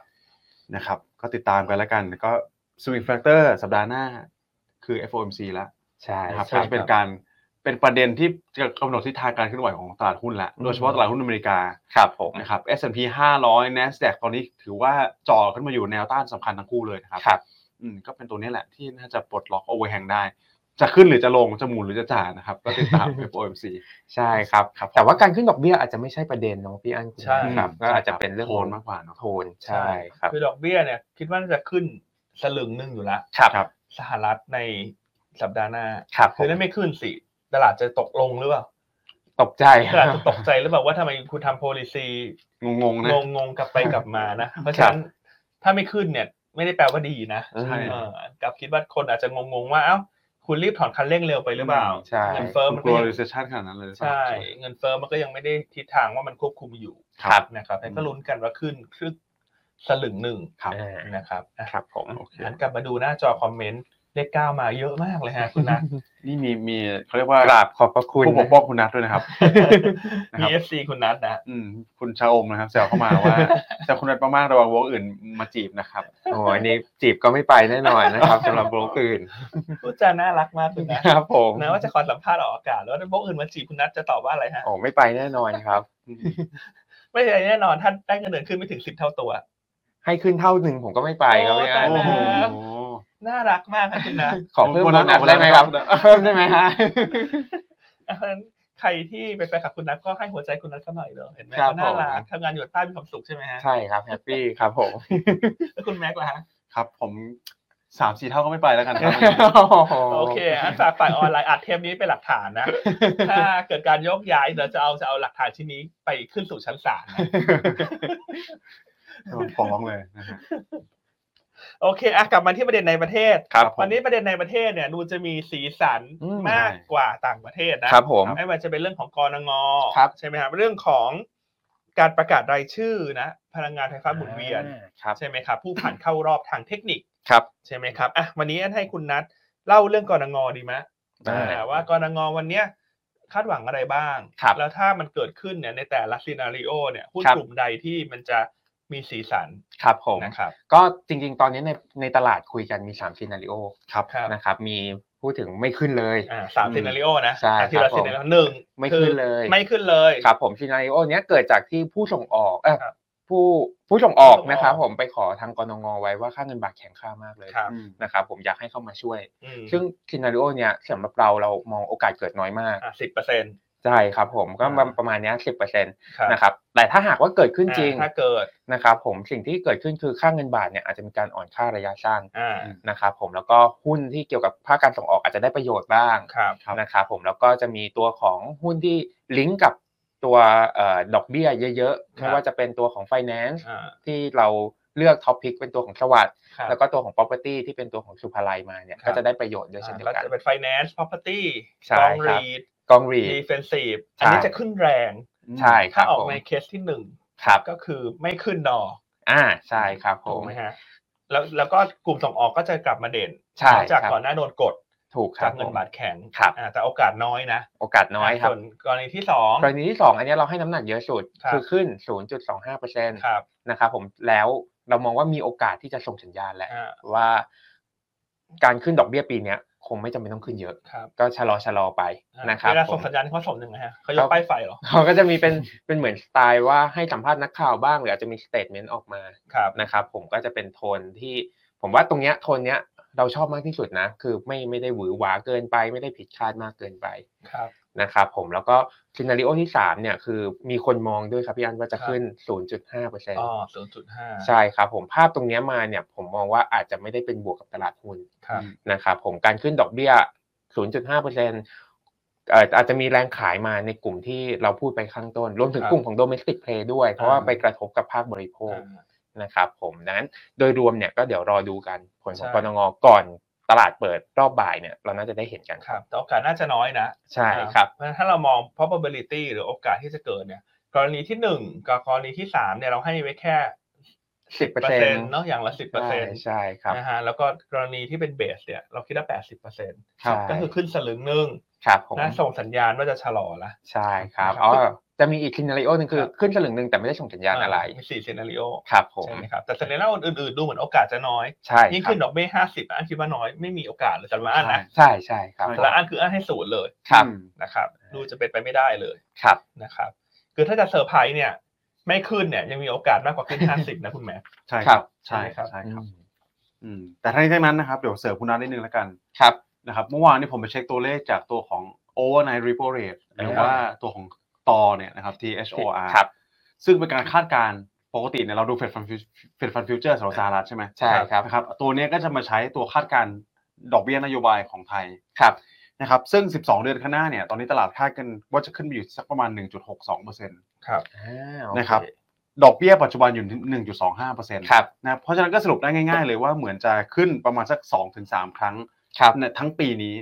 นะครับก็ติดตามกันแล้วกันก็ swing factor สัปดาห์หน้าคือ FOMC แล้ว ใช่ นะครับ ใช่ ก็จะเป็นการ เป็นประเด็นที่จะกำหนดทิศทางการเคลื่อนไหวของตลาดหุ้นละโดยเฉพาะตลาดหุ้นอเมริกา ครับผม นะครับ S&P 500 NASDAQ ตอนนี้ถือว่าจ่อขึ้นมาอยู่แนวต้านสำคัญทั้งคู่เลยนะครับ ครับ อืมก็เป็นตัวนี้แหละที่น่าจะปลดล็อกโอเวอร์แฮงได้ จะขึ้นหรือจะลงจะหมุนหรือจะจ่านะครับก็ติดตาม FOMC ใช่ครับ ครับผม แต่ว่าการขึ้นดอกเบี้ยอาจจะไม่ใช่ประเด็นเนาะพี่อั้น ใช่ ครับก็อาจจะเป็นเรื่อง โท ของ นมากกว่าเนาะ โทนใช่ครับ คือดอกเบี้ยเนี่ยคิดว่าน่าจะขึ้นสลึงหนึ่งอยู่แล้ว ครับ ครับ สหรัฐในสัปดาห์หน้า ครับผ คือ ม ถ้าไม่ขึ้นสิตลาดจะตกลงหรือเปล่า ตกใจ ตลาดจะตกใจหรือเปล่าว่าทำไมคุณทำ policy งงๆนะ งงงๆกลับไปกลับมานะ เพราะฉะนั้นถ้าไม่ขึ้นเนี่ย ไม่ได้แปลว่าดีนะ อืม ใช่ เออกลับคิดว่าคนอาจจะงงงๆว่าเอ้าคุณรีบถอนคันเร่งเร็วไปหรือเปล่า ใช่ เงินเฟ้อมัน ก ก็ ลัว ยัง recession ขนาดนั้นเลยหรือเปล่า ใช่ เงินเฟ้อมันก็ยังไม่ได้ทิศทางว่ามันควบคุมอยู่ ครับ นะครับแต่ก็ลุ้นกันว่าขึ้นครึ่งสลึงหนึ่ง ครับ อ่า นะครับอ่ะ ครับผม โอเค หันกลับมาดูหน้าจอคอมเมนต์เลขเก้ามาเยอะมากเลยฮะคุณนะ นี่มีมีเขาเรียกว่าก ราบขอบพระคุณ ผู้ปกป้องคุณนัทด้วยนะครับ นะครับ มีเอฟซีคุณนัทนะ อืมคุณชาอมนะครับแซวเข้ามาว่าแซวคุณนัทมากๆระวังวงอื่นมาจีบนะครับ โอ้อันนี้จีบก็ไม่ไปแน่นอนนะครับสำหรับโบรกอื่น พูดจาน่ารักมากคุณนะครับ ผม นะว่าจะขอสัมภาษณ์ออกอากาศแล้วถ้าพวกอื่นมาจีบคุณนัทจะตอบว่าอะไรฮะ โอ้ไม่ไปแน่นอนครับ ไม่ใช่แน่นอนท่านได้เงินเดือนขึ้นไม่ถึงสิบเท่าตัว ให้ขึ้นเท่าหนึ่งผมก็ไม่ไปครับ โอ้ พี่อั้น ตายแล้ว โอ้โห น่ารักมากครับคุณนะ ขอเพิ่ม โบ โบ นั นั ส สได้ไหมครับ โบนัส เพิ่มได้ไหมฮะ เพราะฉะนั้นใครที่เป็นแฟนคลับคุณนัทก็ให้หัวใจคุณนัทสักหน่อยเด้อเห็นไหม ครับ เขาน่ารั ผ ก ม ทำงานอยู่ใต้มีความสุขใช่ไหมฮะ ใช่ครับแฮปปี้ครับผม แล้วคุณแม็กซ์ล่ะฮะ ครับ ผมสามสี่เท่าก็ไม่ไปแล้วกันครับ โอเคอันฝากฝ่ายออนไลน์อัดเทปนี้เป็นหลักฐานนะ ถ้าเกิดการโยกย้ายเดี๋ยวจะเอาจะเอาหลักฐานชิ้นนี้ไปขึ้นสู่ชั้นศาลนะ โดนฟ้องเลยนะฮะ โอเคอ่ะกลับมาที่ประเด็นในประเทศ ครับผม วันนี้ประเด็นในประเทศเนี่ยดูจะมีสีสัน อืม มากกว่าต่างประเทศนะ ครับผม ไม่ว่าจะเป็นเรื่องของกรง ครับ ใช่ไหมครับเรื่องของการประกาศรายชื่อนะพลังงานไฟฟ้าหมุนเวียน อ่าครับ ใช่ไหมครับผู้ผ่านเข้ารอบทางเทคนิค ครับ ใช่ไหมครับอ่ะวันนี้ให้คุณนัทเล่าเรื่องกรงดีไหม ได้ อ่าว่ากรงวันเนี้ยคาดหวังอะไรบ้าง ครับ แล้วถ้ามันเกิดขึ้นเนี่ยในแต่ละซีนารีโอเนี่ยหุ้น ครับ กลุ่มใดที่มันจะมีสีสัน ครับผม นะครับ ก็จริงๆ ตอนนี้ในในตลาดคุยกันมี3ซีนารีโอ ครับ ครับ นะครับ มีพูดถึงไม่ขึ้นเลย อ่าสาม อืม ซีนารีโอนะ ใช่ อ่ะที ครั ละ บ ซีนารีโอหนึ่ง ไม่ คือ ขึ้นเลย ไม่ขึ้นเลย ครับผมซีนารีโอเนี้ยเกิดจากที่ผู้ส่งออกเออ ครับ ผู้ผู้ส่งออก ผู้ส่งออก นะครับผมไปขอทางกนงไว้ว่าค่าเงินบาทแข็งค่ามากเลย ครับ อืม นะครับผมอยากให้เข้ามาช่วย อืม ซึ่งซีนารีโอเนี้ยสำหรับเราเรามองโอกาสเกิดน้อยมาก อ่ะสิบเปอร์เซ็นต์ ใช่ครับผมก็ประมาณ อ่า ประมาณเนี้สิบเปอร์เซ็นต์นะครับแต่ถ้าหากว่าเกิดขึ้นจริง อ่าถ้าเกิด นะครับผมสิ่งที่เกิดขึ้นคือค่าเงินบาทเนี่ยอาจจะมีการอ่อนค่าระยะสั้น อ่า อืม นะครับผมแล้วก็หุ้นที่เกี่ยวกับภาคการส่งออกอาจจะได้ประโยชน์บ้าง ครับ ครับ นะครับผมแล้วก็จะมีตัวของหุ้นที่ลิงก์กับตัวเอ่อดอกเบี้ยเยอะๆ ครับ ไม่ว่าจะเป็นตัวของ finance อ่า ที่เราเลือกท็อปพิกเป็นตัวของสวัสด์ ครับ แล้วก็ตัวของ property ที่เป็นตัวของสุภาลัยมาเนี่ย ครับ ก็จะได้ประโยชน์ด้วยเช่นเดียว อ่า กัน ก็จะเป็น finance property ใช่ กอง ครั รี บ ด กองรีด defensive ใช่ อันนี้จะขึ้นแรง ใช่ค ถ้า รับ ออก ผม ในเคสที่หนึ่ง ครับ ก็คือไม่ขึ้นดอก อ่าใช่ครับผ ถู ม กไหมฮะแล้วแล้วก็กลุ่มส่งออกก็จะกลับมาเด่น ใช่ หลังจาก ครับ ก่อนหน้าโดนกด ถูกครั จา บ กเงิน ผม บาทแข็ง ครับ อ่าแต่โอกาสน้อยนะ โอกาสน้อยครับ ส่วนกรณีที่สอง กรณีที่สองอันเนี้ยเราให้น้ำหนักเยอะสุด ครับ คือขึ้น 0.25% ครับ นะครับผมแล้วเรามองว่ามีโอกาสที่จะส่งสัญญาณแหละ อ่า ว่าการขึ้นดอกเบี้ยปีเนี้ยคงไม่จำเป็นต้องขึ้นเยอะ ครับ ก็ชะลอชะลอไป อ่า นะครับ เวลา ผ ส่ง ม สัญญาณเขาส่งยังไงฮะเขาย ครั ก บ ป้ายไฟเหรอ เขาก็จะมีเป็นเป็นเหมือนสไตล์ว่าให้สัมภาษณ์นักข่าวบ้าง หรืออาจจะมีสเตทเมนต์ออกมา ครับ นะครับผมก็จะเป็นโทนที่ผมว่าตรงเนี้ยโทนเนี้ยเราชอบมากที่สุดนะ คือไม่ไม่ได้หวือหวาเกินไป ไม่ได้ผิดคาดมากเกินไป ครับ นะครับผมแล้วก็ซีนารีโอที่สามเนี่ยคือมีคนมองด้วยครับพี่อันว่าจะขึ้น 0.5%อ อ๋อศูนย์จุดห้า ใช่ครับผมภาพตรงเนี้ยมาเนี่ยผมมองว่าอาจจะไม่ได้เป็นบวกกับตลาดหุ้น ครับ นะครับผมการขึ้นดอกเบี้ย 0.5%เอ่ออาจจะมีแรงขายมาในกลุ่มที่เราพูดไปข้างต้น รวมถึง ครับ กลุ่มของ domestic play ด้วย เพราะว่า อ่า ไปกระทบกับภาคบริโภค อ่า นะครับผมดังนั้นโดยรวมเนี่ยก็เดี๋ยวรอดูกันผลของ ใช่ กรงก่อนตลาดเปิดรอบบ่ายเนี่ยเราน่าจะได้เห็นกัน ครับแต่โอกาสน่าจะน้อยนะ ใช่ครับ เพราะฉะนั้นถ้าเรามอง probability หรือโอกาสที่จะเกิดเนี่ย กรณีที่หนึ่งกับกรณีที่สามเนี่ยเราให้ไว้แค่ 10% เปอร์เซ็นต์เนาะอย่างละสิบเปอร์ ใช่ เซ็นต์ ใช่ครับ นะฮะแล้วก็กรณีที่เป็นเบสเนี่ยเราคิดว่าแปดสิบเปอร์เซ็นต์ ใช่ ก็คือขึ้นสลึงหนึ่ง ครับผม นะส่งสัญญาณว่าจะชะลอละ ใช่ครับ นะ อ๋อ จะมีอีก s c น n ร r โอหนึ่งคือ ครับ ขึ้นสลึงหนึ่งแต่ไม่ได้ส่งสัญญาณอะไร มีสี่เซนาริโอ ครับผม ใช่ไหมครับแต่เซนาริโออื่นๆดูเหมือนโอกาสจะน้อย ใช่ ยิ่ง ครั ขึ้ บ นดอกเบี้ยห้าสิบอันคิดว่าน้อยไม่มีโอกาสเลยสำหรับอันนะ ใช่ใช่ครับ แต่ละอันคืออันให้ศูนย์เลย ครับ อืม นะครับดูจะเป็นไปไม่ได้เลย ครับ นะครับคือถ้าจะเซอร์ไพรส์เนี่ย ไม่ขึ้นเนี่ยยังมีโอกาสมากกว่าขึ้น 50 นะคุณแม่ ใช่ ครับ ใช่ครับ ใช่ ใช่ ไหม ครับอืมแต่ทั้งนี้ทั้งนั้นนะครับเดี๋ยวเสริมคุณนัทนิดนึงแล้วกัน ครับ นะครับเมื่อวานนี้ผมไปเช็คตัวเลขจากตัวของ overnight repo rate หรือว่าตัวของตอเนี่ยนะครับ THOR ครับ ซึ่งเป็นการคาดการณ์ปกติเนี่ยเราดู Fed Fund Future Fed Fund Future สำหรับสหรัฐใช่ไหม ใช่ครับ นะครับตัวเนี้ยก็จะมาใช้ตัวคาดการณ์ดอกเบี้ยนโยบายของไทย ครับ นะครับซึ่ง 12 เดือนข้างหน้าเนี่ยตอนนี้ตลาดคาดกันว่าจะขึ้นไปอยู่สักประมาณ 1.62%น ครับ อ่าโอเ ะครับดอกเบี้ยปัจจุบันอยู่ 1.25% ครับ นะครับเพราะฉะนั้นก็สรุปได้ง่าย ๆ เลยว่าเหมือนจะขึ้นประมาณสัก2อถึงสครั้ง ครับ ในทั้งปีนี้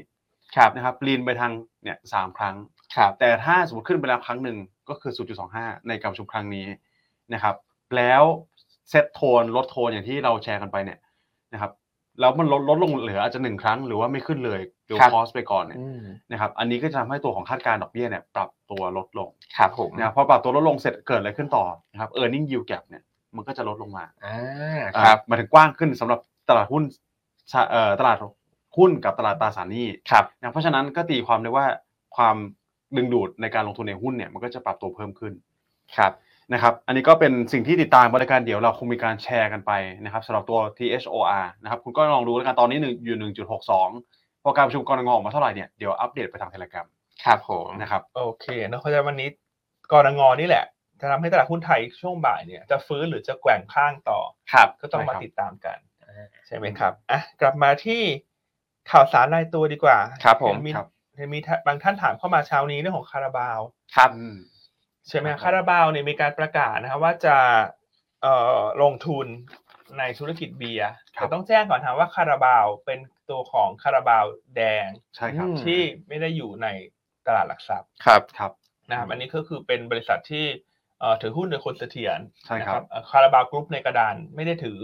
ครับ นะครับลีนไปทางเนี่ยสามครั้ง ครับ แต่ถ้าสมมติขึ้นไปแล้วครั้งหนึ่งก็คือ 0.25 ในการประชุมครั้งนี้นะครับแล้วเซตโทนลดโทนอย่างที่เราแชร์กันไปเนี่ยนะครับแล้วมันลดลดลงเหลืออาจจะหนึ่งครั้งหรือว่าไม่ขึ้นเลยหรือคอสไปก่อนเนี่ย อืม นะครับอันนี้ก็จะทำให้ตัวของคาดการณ์ดอกเบี้ยเนี่ยปรับตัวลดลง ครับผม นะครับพอปรับตัวลดลงเสร็จเกิดอะไรขึ้นต่อนะครับเออร์เน็งยิวแกรเนี่ยมันก็จะลดลงมา อ่า อ่า ครับ หมายถึงกว้างขึ้นสำหรับตลาดหุ้นสะเอ่อตลาดหุ้นกับตลาดตราสารหนี้ ครับ นะเพราะฉะนั้นก็ตีความได้ว่าความดึงดูดในการลงทุนในหุ้นเนี่ยมันก็จะปรับตัวเพิ่มขึ้น ครับ นะครับอันนี้ก็เป็นสิ่งที่ติดตามบริการเดี๋ยวเราคงมีการแชร์กันไปนะครับสำหรับตัว THOR นะครับคุณก็ลองดูแล้วกันตอนนี้หนึ่งอยู่ 1.62 พอการประชุมกรงอออกมาเท่าไหร่เนี่ยเดี๋ยวอัปเดตไปทางเทเลกรม ครับผม นะครับ โอเคเนอะเพราะฉะนั้นวันนี้กรงอนี่แหละ จะทำให้ตลาดหุ้นไทยช่วงบ่ายเนี่ยจะฟื้นหรือจะแกว่งข้างต่อ ครับ ก็ต้องมาติดตามกัน อ่า ใช่ไหมครับอ่ะกลับมาที่ข่าวสารรายตัวดีกว่า ครับผม เห็นมี ครับ เห็นมีบางท่านถามเข้ามาเช้านี้เรื่องของคาราบาว ครับ อืม ใช่ไหม ครับ คาราบาวเนี่ยมีการประกาศนะครับว่าจะเอ่อลงทุนในธุรกิจเบียร์แต่ต้องแจ้งก่อนนะว่าคาราบาวเป็นตัวของคาราบาวแดง ใช่ครับ อืม ที่ไม่ได้อยู่ในตลาดหลักทรัพย์ ครับ ครับ นะครับ อืม อันนี้ก็คือเป็นบริษัทที่เอ่อถือหุ้นโดยคนเสถียร ใช่ครับ นะเอ่อคาราบาวกรุ๊ปในกระดานไม่ได้ถือ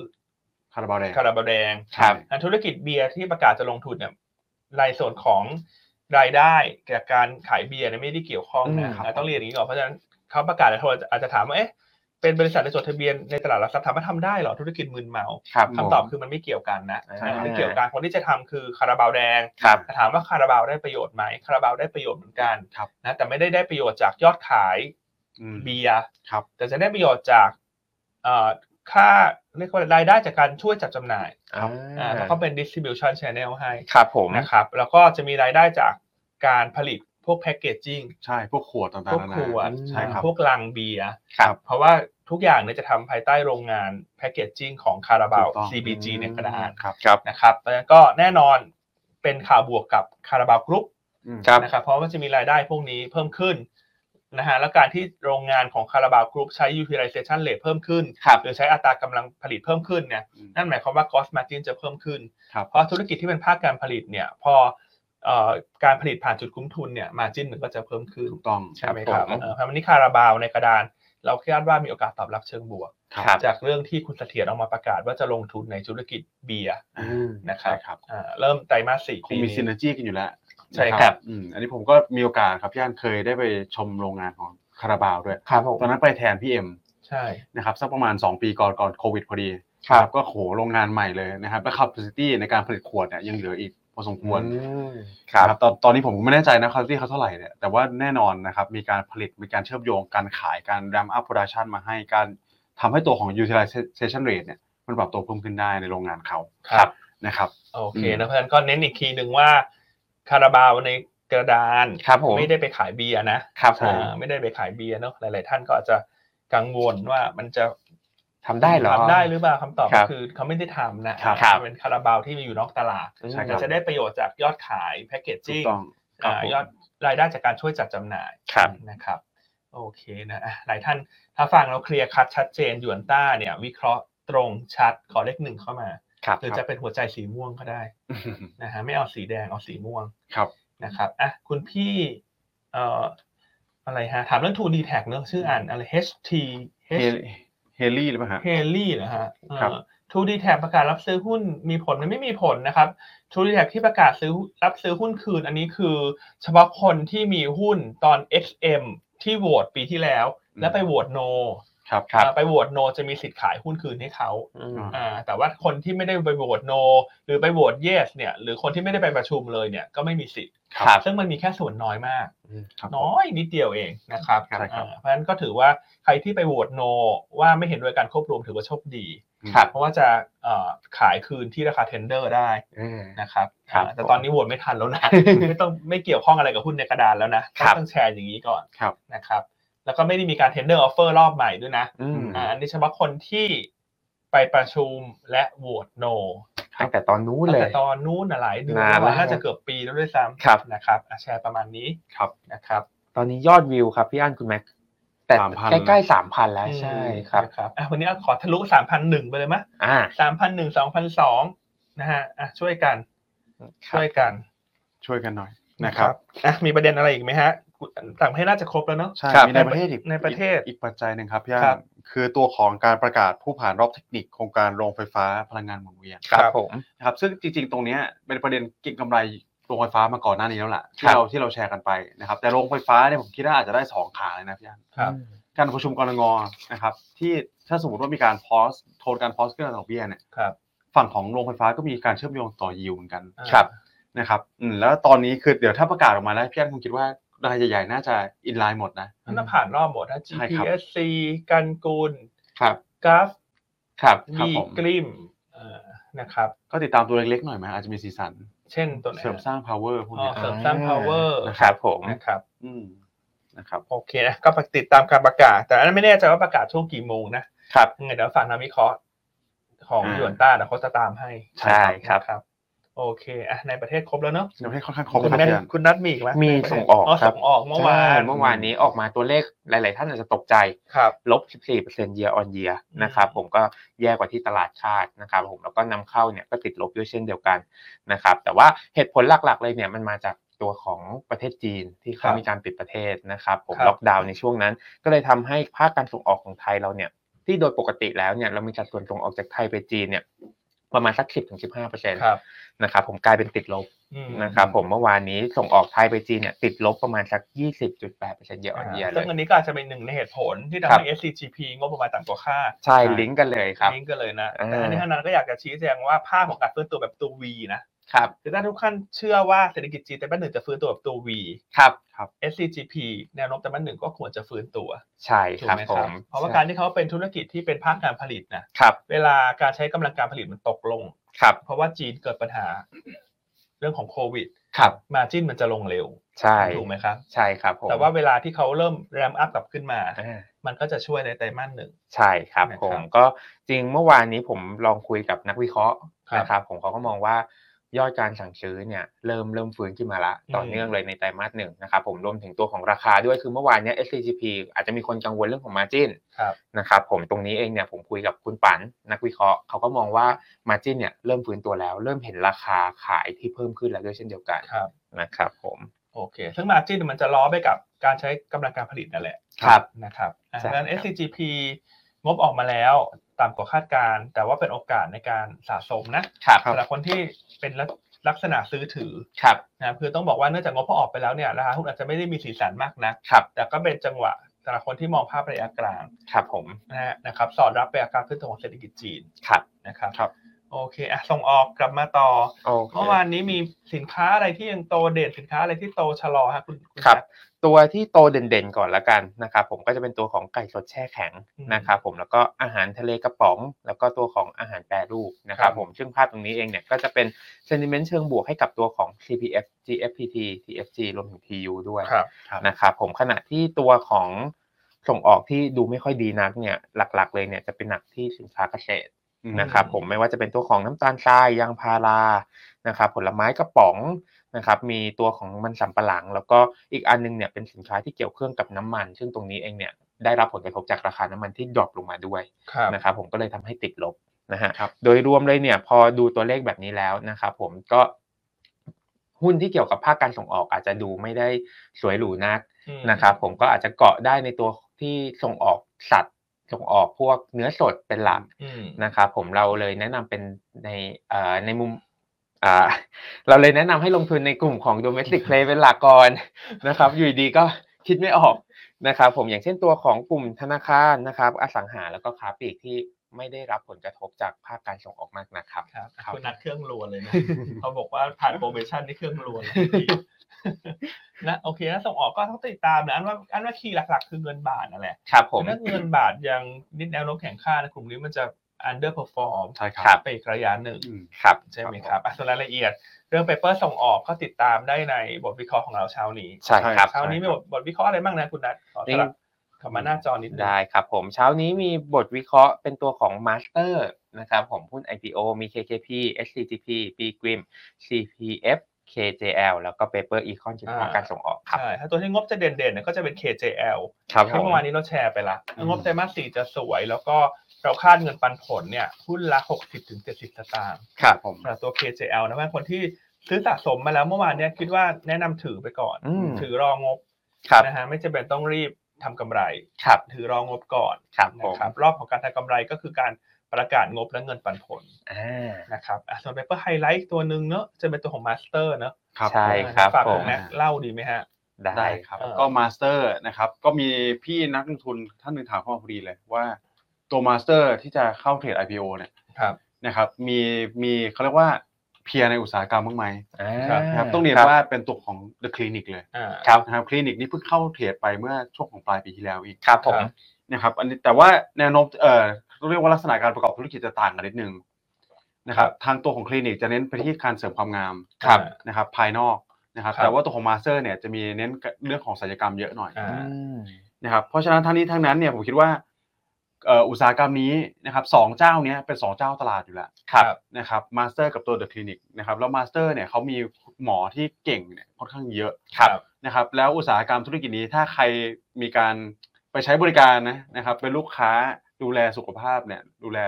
คาราบาวแดง คาราบาวแดง ครับ อ่ะธุรกิจเบียร์ที่ประกาศจะลงทุนเนี่ยรายส่วนของรายได้จากการขายเบียร์เนี่ยไม่ได้เกี่ยวข้อง อื นะ มครับ นะต้องเรียนอย่างนี้ก่อนเพราะฉะนั้นเขาประกาศแล้วคนอาจจะถามว่าเอ๊ะเป็นบริษัทในจดทะเบียนในตลาดหลักทรัพย์ถามว่าทำได้เหรอธุรกิจมึนเมา ครับ คำตอบ ผม คือมันไม่เกี่ยวกันนะ ใช่ มันไม่เกี่ยวกันคนที่จะทำคือคาราบาวแดง ครับ แต่ถามว่าคาราบาวได้ประโยชน์ไหมคาราบาวได้ประโยชน์เหมือนกัน ครับ นะแต่ไม่ได้ได้ประโยชน์จากยอดขาย อืม เบียร์ ครับ แต่จะได้ประโยชน์จากเอ่อค่าเรียกว่ารายได้จากการช่วยจัดจำหน่าย อ่าแล้วก็เป็น distribution channel ให้ ครับผม นะครับ แล้วก็จะมีรายได้จากการผลิตพวกแพ c เกจจิ้ง ใช่พวกขวดต่างๆ พวกขนานา วด ใช่ครับ พวกลังเบียร์ ครับ เพราะว่าทุกอย่างเนี่ยจะทำภายใต้โรงงานแพ c เกจจิ้งของคาราบา ถู ว กต้อง CBG อืม ในกระดาน ครับ ครับ นะครับแล้วก็แน่นอนเป็นข่าวบวกกับคาราบาวกรุ๊ป อืม ครับ นะครับเพราะว่าจะมีรายได้พวกนี้เพิ่มขึ้นนะฮะและการที่โรงงานของคาราบาวกรุ๊ปใช้ utilization rate เพิ่มขึ้น ครับ หรือใช้อัตรากำลังผลิตเพิ่มขึ้นเนี่ย นั่นหมายความว่า cost margin จะเพิ่มขึ้น ครับ เพราะธุรกิจที่เป็นภาคการผลิตเนี่ย พอเอ่อการผลิตผ่านจุดคุ้มทุนเนี่ย margin มันก็จะเพิ่มขึ้น ถูกต้อง ใช่ไหมครับ ผม เอ่อเพราะวันนี้คาราบาวในกระดาน เราคาดว่ามีโอกาสตอบรับเชิงบวก ครับ จากเรื่องที่คุณเสถียรออกมาประกาศว่าจะลงทุนในธุรกิจเบียร์ อืม นะครับ ใช่ครับ อ่าเริ่มไตรมาสสี่ ค ปี งมี นี้ ซินเนอร์จีกันอยู่แล้ว ใช่ครับ นะอืมอันนี้ผมก็มีโอกาสครับพี่อันเคยได้ไปชมโรงงานของคาราบาวด้วย ครับผม ตอนนั้นไปแทนพี่เอ็ม ใช่ นะครับสักประมาณ 2 ปีก่อนก่อนโควิดพอดี ครับ ก็โหโรงงานใหม่เลยนะครับและ capacity ในการผลิตขวดเนี่ยยังเหลืออีกพอสมควร อืมครับ นะตอนตอนนี้ผมไม่แน่ใจนะ capacity เขาเท่าไหร่เนี่ยแต่ว่าแน่นอนนะครับมีการผลิตมีการเชื่อมโยงการขายการ ramp up production มาให้การทำให้ตัวของ utilization rate เนี่ยมันปรับตัวเพิ่มขึ้นได้ในโรงงานเขา ครับ นะครับ โอเค อืม นะเพราะฉะนั้นก็เน้นอีกทีหนึ่งว่าคาราบาวในกระดาน ครับผม ไม่ได้ไปขายเบียร์นะ ครับผม อ่าไม่ได้ไปขายเบียร์เนอะหลาย ๆ ท่านก็อาจจะกังวลว่ามันจะ ทำได้เหรอ ทำได้หรือเปล่าคำตอบ ครั ก็ บ คือเขาไม่ได้ทำนะครับ ครับ เป็นคาราบาวที่มีอยู่นอกตลาด ใช่ครั แต่ บ จะได้ประโยชน์จากยอดขายแพ c เกจ ถู จิ้ ก ง ต้องครับผม ยอดรายได้จากการช่วยจัดจำหน่าย ครับ นะครับ โอเคนะอ่ะหลายท่านถ้าฟังเราเคลียร์คัดชัดเจนหยวนต้าเนี่ย วิเคราะห์ตรงชัดขอเลขหนึ่งเข้ามา ครับ หรือจะเป็นหัวใจสีม่วงก็ได้นะฮะไม่เอาสีแดงเอาสีม่วง ครับ นะครับอ่ะคุณพี่เอ่ออะไรฮะ ถามเรื่อง t ูดีแท็กเนอะชื่ออ่านอะไร HT เฮลเฮลี่หรือเปล่าฮะ เฮลี่เหรอฮะ ครับ ทูดีแท็กประกาศรับซื้อหุ้นมีผลไหมันไม่มีผลนะครับทูดีแท็กที่ประกาศซื้อรับซื้อหุ้นคืน อันนี้คือเฉพาะคนที่มีหุ้นตอน XM ที่โหวตปีที่แล้ว แล้วไปโหวตโน ครับ ครับ อ่าไปโหวตโนจะมีสิทธิ์ขายหุ้นคืนให้เขา อืม อ่าแต่ว่าคนที่ไม่ได้ไปโหวตโนหรือไปโหวตเยสเนี่ยหรือคนที่ไม่ได้ไปประชุมเลยเนี่ยก็ไม่มีสิทธิ์ ครับ ซึ่งมันมีแค่ส่วนน้อยมาก ครับ น้อยนิดเดียวเองนะครับ ใช่ครับ อ่าเพราะฉะนั้นก็ถือว่าใครที่ไปโหวตโนว่าไม่เห็นด้วยการควบรวมถือว่าโชคดี ครับ เพราะว่าจะเอ่อขายคืนที่ราคาเทนเดอร์ได้ อ่า นะครับ ครับ อ่าแต่ตอนนี้โหวตไม่ทันแล้วนะ ไม่ต้องไม่เกี่ยวข้องอะไรกับหุ้นในกระดานแล้วนะ ครับ ต้องแชร์อย่างนี้ก่อน ครับ นะครับแล้วก็ไม่ได้มีการเทนเดอร์ออฟเฟอร์รอบใหม่ด้วยนะ อืม ม อ่าอันนี้เฉพาะคนที่ไปประชุมและโหวตโน ตั้งแต่ตอนนู้น ตั้ง เลย แต่ตอนนู้นน่ะหลายเดือน นานแล้ว น่าจะเกือบปีแล้วด้วยซ้ ครับ ำนะครับอ่ะแชร์ประมาณนี้ ครับ นะครับ ตอนนี้ยอดวิวครับพี่อั้นคุณแม็กแต่ 3,000 ใกล้ๆสามพันแล้ว อืม ใช่ครับ นะครับอ่ะวันนี้ขอทะลุสามพันหนึ่งไปเลยมะ อ่า สามพันหนึ่งสองพันสองนะฮะอ่ะช่วยกัน ครับ ช่วยกัน ช่วยกันหน่อยนะครับ อ่ะมีประเด็นอะไรอีกไหมฮะต่างประเทศน่าจะครบแล้วเนาะ ใช่ ครับ มีในประเทศอีก ในประเทศ อีกอีกปัจจัยหนึ่งครับพี่ ครั อั บ นคือตัวของการประกาศผู้ผ่านรอบเทคนิคโครงการโรงไฟฟ้าพลังงานหมุนเวียน ครับผม นะครับซึ่งจริงๆ ตรงเนี้ยเป็นประเด็นเกิงกำไรโรงไฟฟ้ามาก่อนหน้านี้แล้วล่ะ ครับที่เราที่เราแชร์กันไปนะครับแต่โรงไฟฟ้าเนี่ยผมคิดว่าอาจจะได้สองขาเลยนะพี่อัน ครับ การประชุมกรงงนะครับที่ถ้าสมมติว่ามีการพอสโทนการพอสขึ้นอัตราดอกเบี้ยเนี่ย ครับ ฝั่งของโรงไฟฟ้าก็มีการเชื่อมโยงต่อยิวเหมือนกัน อ่า ครับ นะครับอืมแล้วตอนนี้คือเดี๋ยวถ้าประกาศออกมาแล้วพี่อันคงคิดว่ารายใหญ่ๆน่าจะอินไลน์หมดนะ นั่นนะผ่านรอบหมดนะ ใช่ครับ GPSC กันกูล ครับ กราฟ ครับ ครับ มี ผม กริมเอ่อนะครับ ก็ติดตามตัวเล็กๆหน่อยไหมอาจจะมีสีสัน เช่นตัวไหน เสริมสร้าง power พวก อ๋อ เนี้ย เสริมสร้าง อ่า power นะครับผม นะครับ อืมนะครับ โอเคนะก็ไปติดตามการประกาศ แต่อันนั้นไม่แน่ใจว่าประกาศช่วงกี่โมงนะครับ ยังไงเดี๋ยวฝั่งนักวิเคราะห์ของหยวนต้าเดี๋ยวเขาจะตามให้ ใช่ครับ ครับ โอเคอ่ะในประเทศครบแล้วเนาะ เดี๋ยวให้ค่อนข้างคร คุณบครับ แม่ พี่อัน คุณนัดมีอีกไหม มีส่งออก อ๋อ ครับ ส่งออกเมื่อวา ใช่ น เมื่อวานนี้ออกมาตัวเลขหลาย ๆ ท่านอาจจะตกใจ ครับ ลบ 14% year on year อืม นะครับ ผมก็แย่กว่าที่ตลาดคาดนะครับผมแล้วก็นำเข้าเนี่ยก็ติดลบด้วยเช่นเดียวกันนะครับ แต่ว่าเหตุผลหลัก ๆ เลยเนี่ยมันมาจากตัวของประเทศจีนที่เขามีการปิดประเทศนะครับ ผม ครับ ล็อกดาวน์ในช่วงนั้น ก็เลยทำให้ภาคการส่งออกของไทยเราเนี่ย ที่โดยปกติแล้วเนี่ยเรามีสัดส่วนส่งออกจากไทยไปจีนเนี่ยประมาณสัก 10-15% ครับ นะครับผมกลายเป็นติดลบ อืม นะครับผมเมื่อวานนี้ส่งออกไทยไปจีนเนี่ยติดลบประมาณสัก 20.8%เยอะ อ่า เยียเล ซึ่ง ย อันนี้ก็อาจจะเป็นหนึ่งในเหตุผลที่ทำ ครั ให้ บ SCGP งบประมาณต่ำกว่าคาด ใช่ ใช่ ลิงก์กันเลยครับ ลิงก์กันเลยนะ อ่า แต่อันนี้ทั้งนั้นก็อยากจะชี้แจงว่าภาพของการฟื้นตัวแบบตัว V นะครับคือถ้าทุกท่านเชื่อว่าเศรษฐกิจจีนแต่บ้านหนึ่งจะฟื้นตัวแบบตัว V ครับ SCGP แนวโน้มแต่บ้านหนึ่งก็ควรจะฟื้นตัว ใช่ ถู ค ก รับ ไหม ผ ครับ ม เพราะว่าการที่เขาเป็นธุรกิจที่เป็นภาคการผลิตนะครับ เวลาการใช้กำลังการผลิตมันตกลง ครับ เพราะว่าจีนเกิดปัญหาเรื่องของโควิด ครับ มาจิ้นมันจะลงเร็ว ใช่ ถูกไหมครับ ใช่ครับผม แต่ว่าเวลาที่เขาเริ่มแรมอัพกลับขึ้นมา อ่า มันก็จะช่วยในไตรมาสหนึ่ง ใช่ครับ นะครับ ผมก็จริงเมื่อวานนี้ผมลองคุยกับนักวิเคราะห์ ครับ นะครับผมเขาก็มองว่ายอดการสั่งซื้อเนี่ยเริ่มเริ่มฟื้นขึ้นมาละต่ออ ม เนื่องเลยในไตรมาสหนึ่งนะครับผมรวมถึงตัวของราคาด้วยคือเมื่อวานเนี้ย SCGP อาจจะมีคนกังวลเรื่องของ margin ครับ นะครับผมตรงนี้เองเนี่ยผมคุยกับคุณปันนักวิเคราะห์เขาก็มองว่ามาจิ n เนี่ยเริ่มฟื้นตัวแล้ว เริ่มเห็นราคาขายที่เพิ่มขึ้นแล้วด้วยเช่นเดียวกัน ครับ นะครับผม โอเค ซึ่งมาจิ้นมันจะล้อไปกับการใช้กำลังการผลิตนั่นแหละ ครับ นะครับอ่ะดัใช่งนั้น ครับ SCGP งบออกมาแล้วต่ำกว่าคาดการณ์แต่ว่าเป็นโอกาสในการสะสมนะครับ สำหรับคนที่เป็นลักลักษณะซื้อถือ ครับ นะครับคือต้องบอกว่าเนื่องจากงบพอออกไปแล้วเนี่ยราคาหุ้นอาจจะไม่ได้มีสีสันมากนะครับ แต่ก็เป็นจังหวะสำหรับคนที่มองภาพระยะกลาง ครับผม นะฮะนะครับสอดรับไปกับการขึ้นตัวของเศรษฐกิจจีน ครับ นะครับ ครับ โอเคอ่ะส่งออกกลับมาต่อ โอเค เมื่อวานนี้มีสินค้าอะไรที่ยังโตเด่นสินค้าอะไรที่โตชะลอครับคุณณ ครับ แซ ตัวที่โตเด่นๆก่อนละกันนะครับผมก็จะเป็นตัวของไก่สดแช่แข็ง อืม นะครับผมแล้วก็อาหารทะเลกระป๋อง แล้วก็ตัวของอาหารแปรรูปนะครั ครับ บ ผมซึ่งภาพตรงนี้เองเนี่ยก็จะเป็น sentiment เชิงบวกให้กับตัวของ CPF GFPT TFG รวมถึง TU ด้วย คครับ ครับ นะครับผมขณะที่ตัวของส่งออกที่ดูไม่ค่อยดีนักเนี่ยหลักๆ เลยเนี่ยจะเป็นหนักที่สินค้าเกษตร อืม นะครับผมไม่ว่าจะเป็นตัวของน้ำตาลทรายยางพารานะครับผลไม้กระป๋องนะครับมีตัวของมันสำปะหลัง แล้วก็อีกอันนึงเนี่ยเป็นสินค้าที่เกี่ยวเครื่องกับน้ำมัน ซึ่งตรงนี้เองเนี่ยได้รับผลกระทบจากราคาน้ำมันที่ดรอปลงมาด้วย ครับ นะครับผมก็เลยทำให้ติดลบนะฮะ ครับ โดยรวมเลยเนี่ยพอดูตัวเลขแบบนี้แล้วนะครับผมก็หุ้นที่เกี่ยวกับภาคการส่งออกอาจจะดูไม่ได้สวยหรูนัก นะครับผมก็อาจจะเกาะได้ในตัวที่ส่งออกสัตว์ส่งออกพวกเนื้อสดเป็นหลัก อืม นะครับผมเราเลยแนะนำเป็นในเอ่อในมุมอ่า เราเลยแนะนำให้ลงทุนในกลุ่มของ domestic play เป็นหลักก่อนนะครับอยู่ดีๆก็คิดไม่ออก นะครับผมอย่างเช่นตัวของกลุ่มธนาคารนะครับอสังหาแล้วก็ค้าปลีกที่ไม่ได้รับผลกระทบจากภาคการส่งออกมากนะครับ ครับ ครับ คุณนัดเครื่องรัวนเลยนะ เขาบอกว่าผ่านโปรเมชั่นนี่เครื่อง รัวนเลยนะโอเคนะส่งออกก็ต้องติดตามนะอันว่าอันว่าคีย์หลัก ๆ คือเงินบาทนั่นแหละ ครับผม ถ้าเงินบาทยังนิดแนวโน้มแข็งค่านะกลุ่มนี้มันจะ underperform ใช่ค ครั รับ ไปอีกระยะหนึ่ง อืม ครับ ใช่ไหมครับอ่ะส่วนรายละเอียด เรื่องเปเปอร์ส่งออกก็ติดตามได้ในบทวิเคราะห์ของเราเช้านี้ ใช่ครับ เช้านี้มีบทบทวิเคราะห์อะไรบ้างนะคุณนัทขอสลับกลับมาหน้าจอนิดนึง ได้ครับผมเช้านี้มีบทวิเคราะห์เป็นตัวของ Master นะครับผมหุ้น IPO มี KKP SCTP p g r i m CPF KJL แล้วก็ Paper Econ เกี่ยวกับ อ่า การส่งออกครับ ใช่ถ้าตัวที่งบจะเด่นๆเนี่ยก็จะเป็น KJL ครับผ ที่ ม เมื่อวานนี้เราแชร์ไปละ อืม งบไตรมาสสี่จะสวย แล้วก็เราคาดเงินปันผลเนี่ยหุ้นละ 60ถึง70สตางค์ ครับ ผม สำหรับตัว KJL นะเพราะคนที่ซื้อสะสมมาแล้วเมื่อวานเนี่ยคิดว่าแนะนำถือไปก่อน อืม ถือรองบ ครับ นะฮะไม่จำเป็นต้องรีบทำกำไร ครับ ถือรองบก่อน ครับผม นะครับรอบของการทำกำไรก็คือการประกาศงบและเงินปันผล อ่า นะครับอ่ะส่วน paper highlight อีกตัวหนึ่งเนอะจะเป็นตัวของ master เนอะ ครับ ใช่ ครับ ฝากคุณ ผม แม็กเล่าดีไหมฮะ ได้ ได้ครับ เออ ก็มาสเตอร์นะครับก็มีพี่นักลงทุนท่านหนึ่งถามเข้ามาพอดีเลยว่าตัวมาสเตอร์ที่จะเข้าเทรด IPO เนี่ย ครับ นะครับมีมีเขาเรียกว่าเพียในอุตสาหกรรมบ้างไหม อ่า ครับ นะครับต้องเรียนว่าเป็นตัวของ The Clinic เลย อ่า ครับ นะครับคลินิกนี่เพิ่งเข้าเทรดไปเมื่อช่วงของปลายปีที่แล้วอีก ครับผม ครับ นะครับอันนี้แต่ว่าแนวโน้มเอ่อเรียกว่าลักษณะการประกอบธุรกิจจะต่างกันนิดนึงนะครับทางตัวของคลินิกจะเน้นไปที่การเสริมความงาม ครับ นะครับภายนอกนะครับ ครับ แต่ว่าตัวของมาสเตอร์เนี่ยจะมีเน้นเรื่องของศัลยกรรมเยอะหน่อย อ่า อืม นะครับเพราะฉะนั้นทั้งนี้ทั้งนั้นเนี่ยผมคิดว่าเอ่ออุตสาหกรรมนี้นะครับสองเจ้าเนี้ยเป็นสองเจ้าตลาดอยู่แล้ว ครับ นะครับมาสเตอร์กับตัวเดอะคลินิกนะครับแล้วมาสเตอร์เนี่ยเขามีหมอที่เก่งเนี่ยค่อนข้างเยอะ ครับ นะครับแล้วอุตสาหกรรมธุรกิจนี้ถ้าใครมีการไปใช้บริการนะนะครับเป็นลูกค้าดูแลสุขภาพเนี่ยดูแล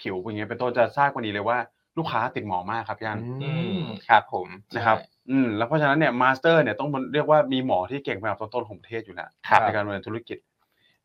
ผิวอย่างเงี้ยเป็นต้นจะทราบกันดีเลยว่าลูกค้าติดหมอมากครับย่าน อืมครับผม นะครับอืมแล้วเพราะฉะนั้นเนี่ยมาสเตอร์เนี่ยต้องเรียกว่ามีหมอที่เก่งระดับต้นๆของประเทศอยู่แล้ว ครับ ในการดำเนินธุรกิจ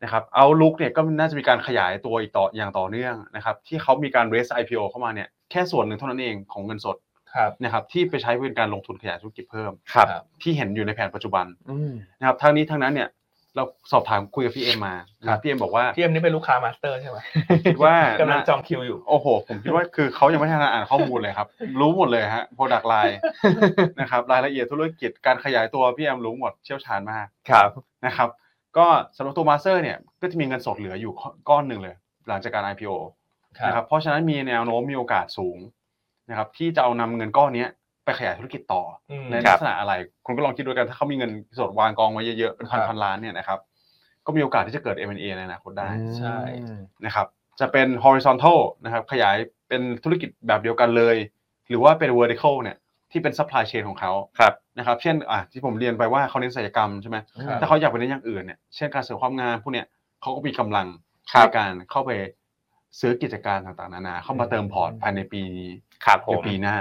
นะครับเอาลุกเนี่ยก็น่าจะมีการขยายตัวอีกต่ออย่างต่อเนื่องนะครับที่เขามีการ raise IPO เข้ามาเนี่ยแค่ส่วนหนึ่งเท่านั้นเองของเงินสด ครับ นะครับที่ไปใช้เป็นการลงทุนขยายธุรกิจเพิ่ม ครับ ครับ ที่เห็นอยู่ในแผนปัจจุบัน อืม นะครับทั้งนี้ทั้งนั้นเนี่ยเราสอบถามคุยกับพี่เอ็มมา ครับ พี่เอ็มบอกว่า พี่เอ็มนี่เป็นลูกค้า master ใช่ไหม คิดว่าก ำลัง น่า จองคิวอยู่ โอ้โห ผมคิดว่าคือเขายังไม่ทันอ่านข้อมูลเลยครับ รู้หมดเลยฮะ product line นะครับรายละเอียดธุรกิจการขยายตัวพี่แอมรู้หมดเชี่ยวชาญมาก ครับ นะครับ ก็สำหรับตัวมาสเตอร์เนี่ยก็จะมีเงินสดเหลืออยู่ก้อนหนึ่งเลย หลังจากการ IPO นะครับเพราะฉะนั้นมีแนวโน้มมีโอกาสสูงนะครับที่จะเอานำเงินก้อนเนี้ยไปขยายธุรกิจต่อ อืม ใน ค ลั รับ กษณะอะไร คุณก็ลองคิดดูกันถ้าเขามีเงินสดวางกองไว้เยอะๆเป็นพันพันๆล้านเนี่ยนะครับก็มีโอกาสที่จะเกิด M&A ในอนาคตได้ ใช่ นะครับจะเป็น horizontal นะครับขยายเป็นธุรกิจแบบเดียวกันเลย หรือว่าเป็น vertical เนี่ยที่เป็น supply chain ของเขา ครับ นะครับเช่นอ่ะที่ผมเรียนไปว่าเขาเน้นศัลยกรรมใช่ไหม ครับ ถ้าเขาอยากไปเน้นอย่างอื่นเนี่ยเช่นการเสริมความงามพวกเนี้ยเขาก็มีกำลัง ครับ ในการเข้าไปซื้อกิจการต่างๆนานาเข้ามาเติมพอร์ตภายในปีนี้ ครับ ห ผ รือ ม ปีหน้า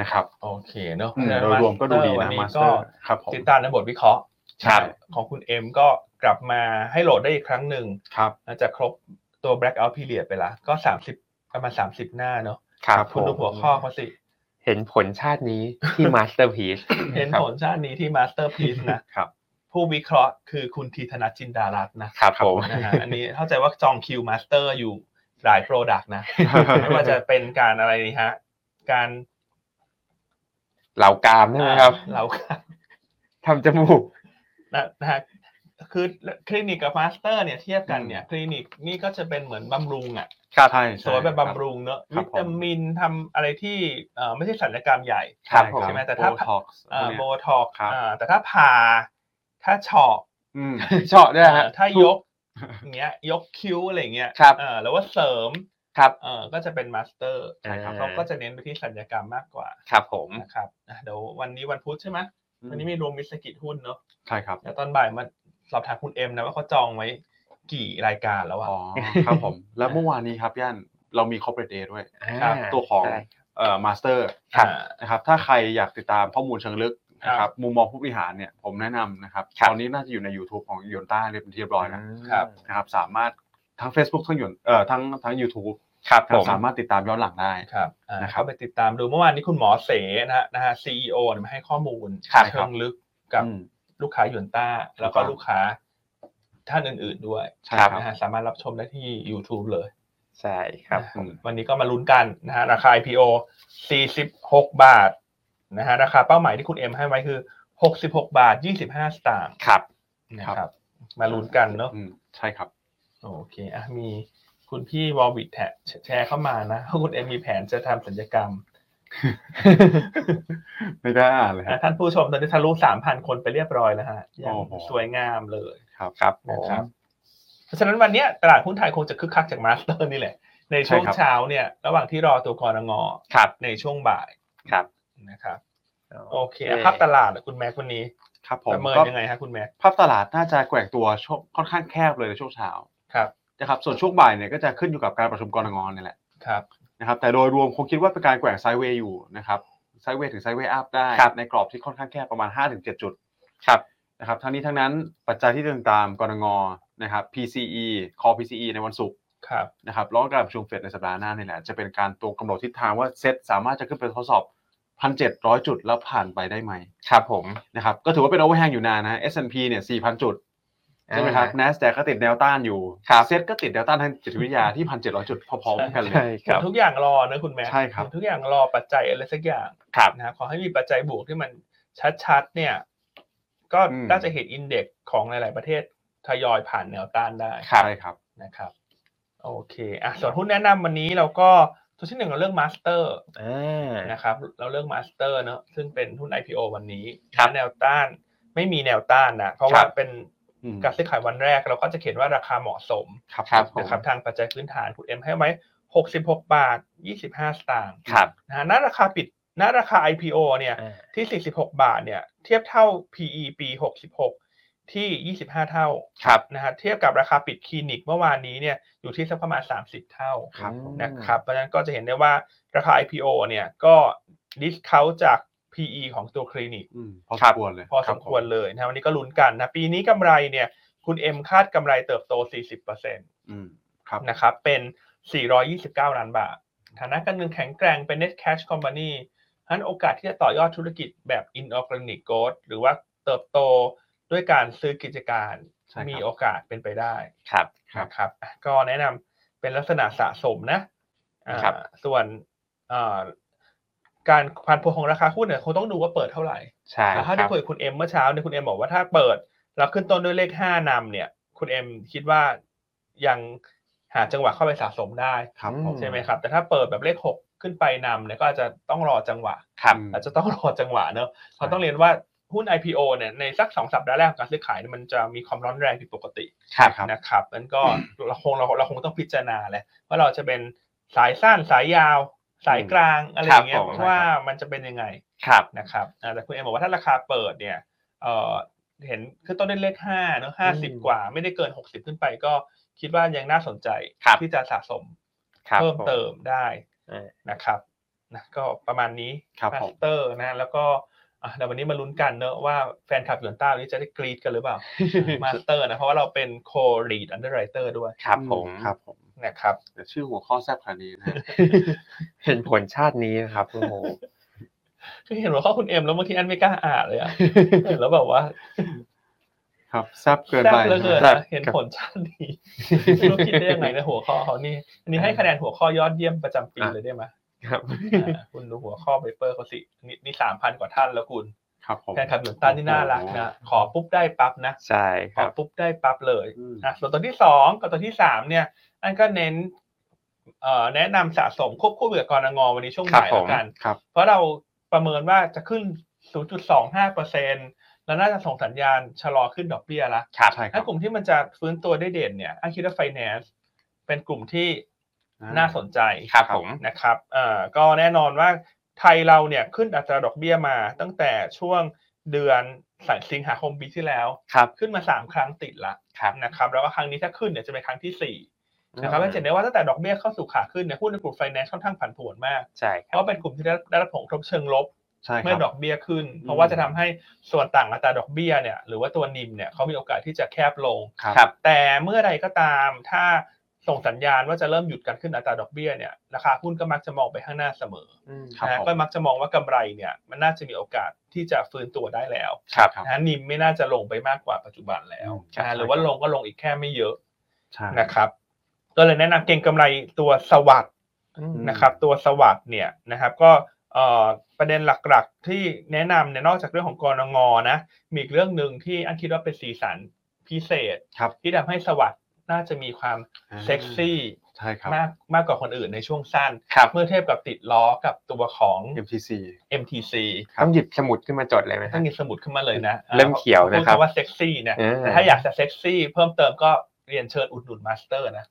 นะครับ โอเคเนอะ อืมโดยรวมก็ดูดีนะ วั มาสเต ก็ อร์ครับผม ติดตามในบทวิเคราะห์ ครับ ของคุณเอ็มก็กลับมาให้โหลดได้อีกครั้งหนึ่ง ครับ หลังจากครบตัว blackout period ไปละก็ 30ประมาณ30 หน้าเนอะ ครับ คุณดู ผม หัวข้อเขาสิ เห็นผลชาตินี้ที่ Masterpiece เห็นผลชาตินี้ที่มาสเตอร์พี e นะครับ ผู้วิเคราะห์คือคุณธีธนจินดารัตน์นะครับ ผม นะฮะอันนี้เข้าใจว่าจองคิวมาสเตอร์อยู่หลายโปรดักต์นะ ไม่ว่าจะเป็นการอะไรนี่ฮะ การ เหล่ากามใช่ไหมครับ เราการ ทำจมูก นะนะฮะคือคลินิกกับมาสเตอร์เนี่ยเทียบกันเนี่ย คลินิกนี่ก็จะเป็นเหมือนบำรุงอ่ะ ครับใช่ สวยแบบบำรุงเนอะ ครั วิ บผม ตามินทำอะไรที่เอ่อไม่ใช่สัลยกรรมใหญ่ ครับผม ใช่ไหมแต่ถ้า ท็อกซ์ เอ่อโบท็อกซ์ ครับ อ่าแต่ถ้าผ่าถ้าเฉาะ เฉาะด้วยฮะ เอ่อถ้าย กอย่างเงี้ยยกคิ้วอะไรเงี้ย ครับ เอ่อแล้วว่าเสริม ครับ เอ่อก็จะเป็นมาสเตอร์ ใช่ครับ เราก็จะเน้นไปที่สัญญกรรมมากกว่า ครับผม นะครับอ่ะเดี๋ยววันนี้วันพุธใช่ไหมวันนี้มีรวมมิตรสกิจหุ้นเนาะ ใช่ครับ เดี๋ยวตอนบ่ายมาสอบถามคุณเอ็มนะว่าเขาจองไว้กี่รายการแล้วอ่ะ อ๋อ ครับผม แล้วเมื่อวานนี้ครับย่านเรามี corporate day ด้วย ครับ อ่า ตัวของ ได้ เอ่อ master ครับ อ่า นะครับ ถ้าใครอยากติดตามข้อมูลเชิงลึกนะค ครั รับ บ มุมมองผู้บริหารเนี่ย ผมแนะนำนะครับ ครับ ตอนนี้น่าจะอยู่ใน YouTube ของยนต้าเรียบเรียบร้อยแล้ว ครับ นะครับ สามารถทั้ง Facebook ทั้งยนเอ่อ ทั้งทั้ง YouTube ครับ นะค ผ รับ ม สามารถติดตามย้อนหลังได้ ครับอ่า นะครับ เข้าไปติดตามดูเมื่อวานนี้คุณหมอเสนะฮะนะฮะซีอมาให้ข้อมูล ครับ เชิงลึกกับ อืม ลูกค้าหยวนต้าแล้วก็ ครับ ลูกค้า ท่านอื่น ๆด้วย ใช่ ครับ ครับ นะฮะสามารถรับชมได้ที่ YouTube เลย ใช่ครับ อืม วันนี้ก็มาลุ้นกันนะฮะราคา IPO 46 บาทนะฮะราคาเป้าหมายที่คุณเอ็มให้ไว้คือ 66 บาท 25 สตางค์ ครับ นะครับ มาลุ้นกันเนาะ อืมใช่ ครับ โอเคอ่ะมีคุณพี่วอลวิทแท็กแชร์เข้ามานะว่าคุณเอ็มมีแผนจะทำสัญญกรรม ไม่ได้อ่านเลยครั นะ บ ท่านผู้ชมตอนนี้ทะลุสามพันคนไปเรียบร้อยแล้วฮะยัง โอ้โห สวยงามเลย ครับ ครับผ นะ ม ครับ เพราะฉะนั้นวันเนี้ยตลาดหุ้นไทยคงจะคึกคักจากมาสเตอร์นี่แหละ ในช่วง ใช่ครับ เช้าเนี่ย ระหว่างที่รอตัวกรงอ ครับ ในช่วงบ่าย ครับ นะครับโอเคภาพตลาดอะคุณแม็กวันนี้ ครับผม ประเมิน ก็ ยังไงฮะคุณแม็ก ภาพตลาดน่าจะแกว่งตัวช่วงค่อนข้างแคบเลยในช่วงเช้า ครับ นะครับส่วนช่วงบ่ายเนี่ยก็จะขึ้นอยู่กับการประชุมกรงงเนี่ยแหละ ครับ นะครับแต่โดยรวมคงคิดว่าเป็นการแกว่งไซด์เวย์อยู่นะครับไซด์เวย์ถึงไซด์เวย์อัพได้ ครับ ในกรอบที่ค่อนข้างแคบประมาณ 5-7 จุด ครับ นะครับทั้งนี้ทั้งนั้นปัจจัยที่ตึงตามกรงงนะครับ PCE Core PCE ในวันศุกร์ ครับ นะครับแล้วก็การประชุมเฟดในสัปดาห์หน้านี่แหละจะเป็นการตัวกำหนดทิศทางว่าเซ็ตสามารถจะขึ้นไปทดสอบ 1,700 จุดแล้วผ่านไปได้ไหม ครับผม นะครับก็ถือว่าเป็นโอเวอร์แฮงอยู่นานนะ S&P เนี่ย 4,000 จุด ใช่ไหมครับ NASDAQ ก็ติดแนวต้านอยู่ ครับ เซ็ตก็ติดแนวต้านทางจิตวิทยาที่ 1,700 จุดพอๆกันเลย ใช่ครับ ทุกอย่างรอนะคุณแม็ก ใช่ครับ ทุกอย่างรอปัจจัยอะไรสักอย่าง ครับ นะครับขอให้มีปัจจัยบวกที่มันชัดๆเนี่ย ก็ อืม น่าจะเห็นอินเด็กซ์ของหลาย ๆ ประเทศทยอยผ่านแนวต้านได้ ใช่ครับ นะครับโอเคอ่ะส่วนหุ้นแนะนำวันนี้เราก็ตัวที่หนึ่งเราเลือกมาสเตอร์ อ่า นะครับเราเลือกมาสเตอร์เนอะซึ่งเป็นหุ้น IPO วันนี้ ครับ แนวต้านไม่มีแนวต้านนะเพราะว่า ครับ เป็น อืม การซื้อขายวันแรกเราก็จะเขียนว่าราคาเหมาะสม ครับ ครับผม นะครับทางปัจจัยพื้นฐานคุณเอ็มให้ไว้ 66 บาท 25 สตางค์ ครับ นะฮะณราคาปิดณราคา IPO เนี่ยที่ 46 บาทเนี่ยเทียบเท่า PE ปี 66 ที่ 25 เท่า ครับ นะฮะเทียบกับราคาปิดคลินิกเมื่อวานนี้เนี่ยอยู่ที่สักประมาณ 30 เท่า ครับผม นะครับเพราะฉะนั้นก็จะเห็นได้ว่าราคา IPO เนี่ยก็ดิสเคาจาก PE ของตัวคลินิก อืมพอ ค ส รั ม บ ควรเลย พอสมควรเลยนะฮะวันนี้ก็ลุ้นกันนะปีนี้กำไรเนี่ยคุณเอ็มคาดกำไรเติบโต 40% อืมครับ นะครับเป็น 429 ล้านบาทฐานะการเงินแข็งแกร่งเป็น net cash company ฉะนั้นโอกาสที่จะต่อยอดธุรกิจแบบ inorganic growth หรือว่าเติบโตด้วยการซื้อกิจการ ใช่ครับ มีโอกาสเป็นไปได้ ครับ ครับ นะครับอ่ะก็แนะนำเป็นลักษณะสะสมนะอ่า ครับ ส่วนอ่าการพันพวงของราคาหุ้นเนี่ยคงต้องดูว่าเปิดเท่าไหร่ ใช่ แต่ ค ถ้า รั ได้ บ คุยกับคุณเอ็มเมื่อเช้าเนี่ยคุณเอ็มบอกว่าถ้าเปิดแล้วขึ้นต้นด้วยเลขห้านำเนี่ย คุณเอ็มคิดว่ายังหาจังหวะเข้าไปสะสมได้ ครับ อืม ผม ใช่ไหมครับ แต่ถ้าเปิดแบบเลขหกขึ้นไปนำเนี่ยก็อาจจะต้องรอจังหวะ ครับ อืม อาจจะต้องรอจังหวะเนอะเราต้องเรียนว่าหุ้น IPO เนี่ยในสักสองสัปดาห์แรกของการซื้อขายเนี่ยมันจะมีความร้อนแรงผิดปกติ ครับ ครับ นะครับมันก็เราคงเราเราคงต้องพิจารณาแหละว่าเราจะเป็นสายสั้นสายยาว สายกลางอะไรอย่างเงี้ ค ย รับผม ว่ามันจะเป็นยังไง ครับ นะครับอ่าแต่คุณเอ็มบอกว่าถ้าราคาเปิดเนี่ยเออเห็นขึ้นต้นด้วยเลขห้าเนอะห้าสิบ อืม กว่า ไม่ได้เกินหกสิบขึ้นไปก็คิดว่ายังน่าสนใจ ครับ ที่จะสะสม ครับ เพิ่ม ผ เติมได้ เออ นะครับนะก็ประมาณนี้ ครับผม สเตอร์นะแล้วก็อ่ะเดี๋ยววันนี้มาลุ้นกันเนอะว่าแฟนคลับหยวนต้าวันนี้จะได้กรีดกันหรือเปล่า มาสเตอร์นะเพราะว่าเราเป็นโค l e ดอันเดอร์ไรเตอร์ด้วย ครับผม ครับผม นะครับ เดี๋ยวชื่อหัวข้อแซ่บขนาดนี้นะฮะ เห็นผลชาตินี้นะครับโอ้โห คือเห็นหัวข้อคุณเอ็มแล้วบางทีอันไม่กล้าอ่านเลยอะเห็นแล้วแบบว่า ครับแซ่บเกิน แซ่บ ไป เหลือเกิน แซ่บ นะเห็นผลชาตินี้ไม่รู้คิดได้ยังไงในหัวข้อเขานี่อันนี้ให้คะแนนหัวข้อยอดเยี่ยมประจำปีเลยได้ไหม ครับ อ่าคุณดูหัวข้อเปเปอร์เขาสินี่นี่สามพันกว่าท่านแล้วคุณ ครับผม แฟนคลับหนุนต้านที่น่ารักนะขอปุ๊บได้ปั๊บนะ ใช่ ข ค อ รับ ปุ๊บได้ปั๊บเลย อืม นะส่วนตัวที่สองกับตัวที่สามเนี่ย อันก็เน้นเอ่อแนะนำสะสมควบคู่ไปกับกรงงวันนี้ช่วง ครับ บ่าย ผ แล้ ม วกัน ครับ เพราะเราประเมินว่าจะขึ้น 0.25%แล้วน่าจะส่งสัญญาณชะลอขึ้นดอกเบี้ยละ ครับ ใช่ครั ถ้า บ กลุ่มที่มันจะฟื้นตัวได้เด่นเนี่ยอันคิดว่าไฟแนนซ์เป็นกลุ่มที่น่าสนใจ ครับผม นะครับเอ่อก็แน่นอนว่าไทยเราเนี่ยขึ้นอัตราดอกเบี้ยมาตั้งแต่ช่วงเดือนสิงหาคมปีที่แล้ว ครับ ขึ้นมา 3 ครั้งติดละ ครับ นะครับแล้วก็ครั้งนี้ถ้าขึ้นเนี่ยจะเป็นครั้งทีสี่4นะครับแล้วจะเห็นได้ว่าตั้งแต่ดอกเบี้ยเข้าสู่ขาขึ้นเนี่ยหุ้นในกลุ่มไฟแนนซ์ค่อนข้างผันผวนมาก ใช่ เพ ครับ ราะเป็นกลุ่มที่ได้ได้รับผลกระทบเชิงลบ ใช่ค เมื่อด รั อบ กเบี้ยขึ้น อืม เพราะว่าจะทำให้ส่วนต่างอัตราดอกเบี้ยเนี่ยหรือว่าตัวนิมเนี่ยเขามีโอกาสที่จะแคบลง ครับ แต่เมื่อใดก็ตามถ้า ส่งสัญญาณว่าจะเริ่มหยุดการขึ้นอัตราดอกเบี้ยเนี่ยราคาหุ้นก็มักจะมองไปข้างหน้าเสมอ อืม ครับ นะ ผม ก็มักจะมองว่ากำไรเนี่ยมันน่าจะมีโอกาสที่จะฟื้นตัวได้แล้ว ครับ ครับ นะฮะนิมไม่น่าจะลงไปมากกว่าปัจจุบันแล้ว อืมใช่ นะฮะหรือ ใช่ ว่า ครับ ลงก็ลงอีกแค่ไม่เยอะ ใช่ นะครับก็เลยแนะนำเก็งกำไรตัวสวัสด นะครับตัวสวัสด์เนี่ยนะครับก็เอ่อประเด็นหลักๆที่แนะนำเนี่ยนอกจากเรื่องของกรงนะมีอีกเรื่องหนึ่งที่อันคิดว่าเป็นสีสันพิเศษ ครับ ที่ทำให้สวัสด์น่าจะมีความเซ็กซี่ ใช่ครับ มากมากกว่าคนอื่นในช่วงสั้น ครับ เมื่อเทียบกับติดล้อกับตัวของ MTC MTC ต้องหยิบสมุดขึ้นมาจดเลยไหม ถ้า ฮะ มีสมุดขึ้นมาเลยนะ เล่มเขียวนะครับ พูดำว่าเซ็กซี่เนี่ย เออ แต่ถ้าอยากจะเซ็กซี่เพิ่มเติมก็เรียนเชิญอุดหนุนมาสเตอร์นะ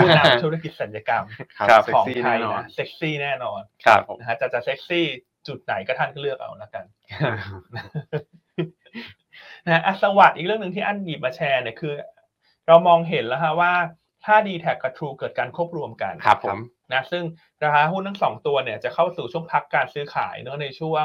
ผู้นำธุรกิจสัญญกรรม ครับ เซ็ ข ก อง ซี่ ไท แน่ ย นอน นะเซ็กซี่แน่นอน ครับ ผม นะฮะจะจะเซ็กซี่จุดไหนก็ท่านก็เลือกเอาละกันนะฮะอ่ะสวัสดอีกเรื่องหนึ่งที่อันหยิบมาแชร์เนี่ยคือ เรามองเห็นแล้วฮะว่าถ้า d t แทกับ True เกิดการควบรวมกัน ครับผม นะซึ่งราคาหุ้นทั้งสองตัวเนี่ยจะเข้าสู่ช่วงพักการซื้อขายเนอะในช่วง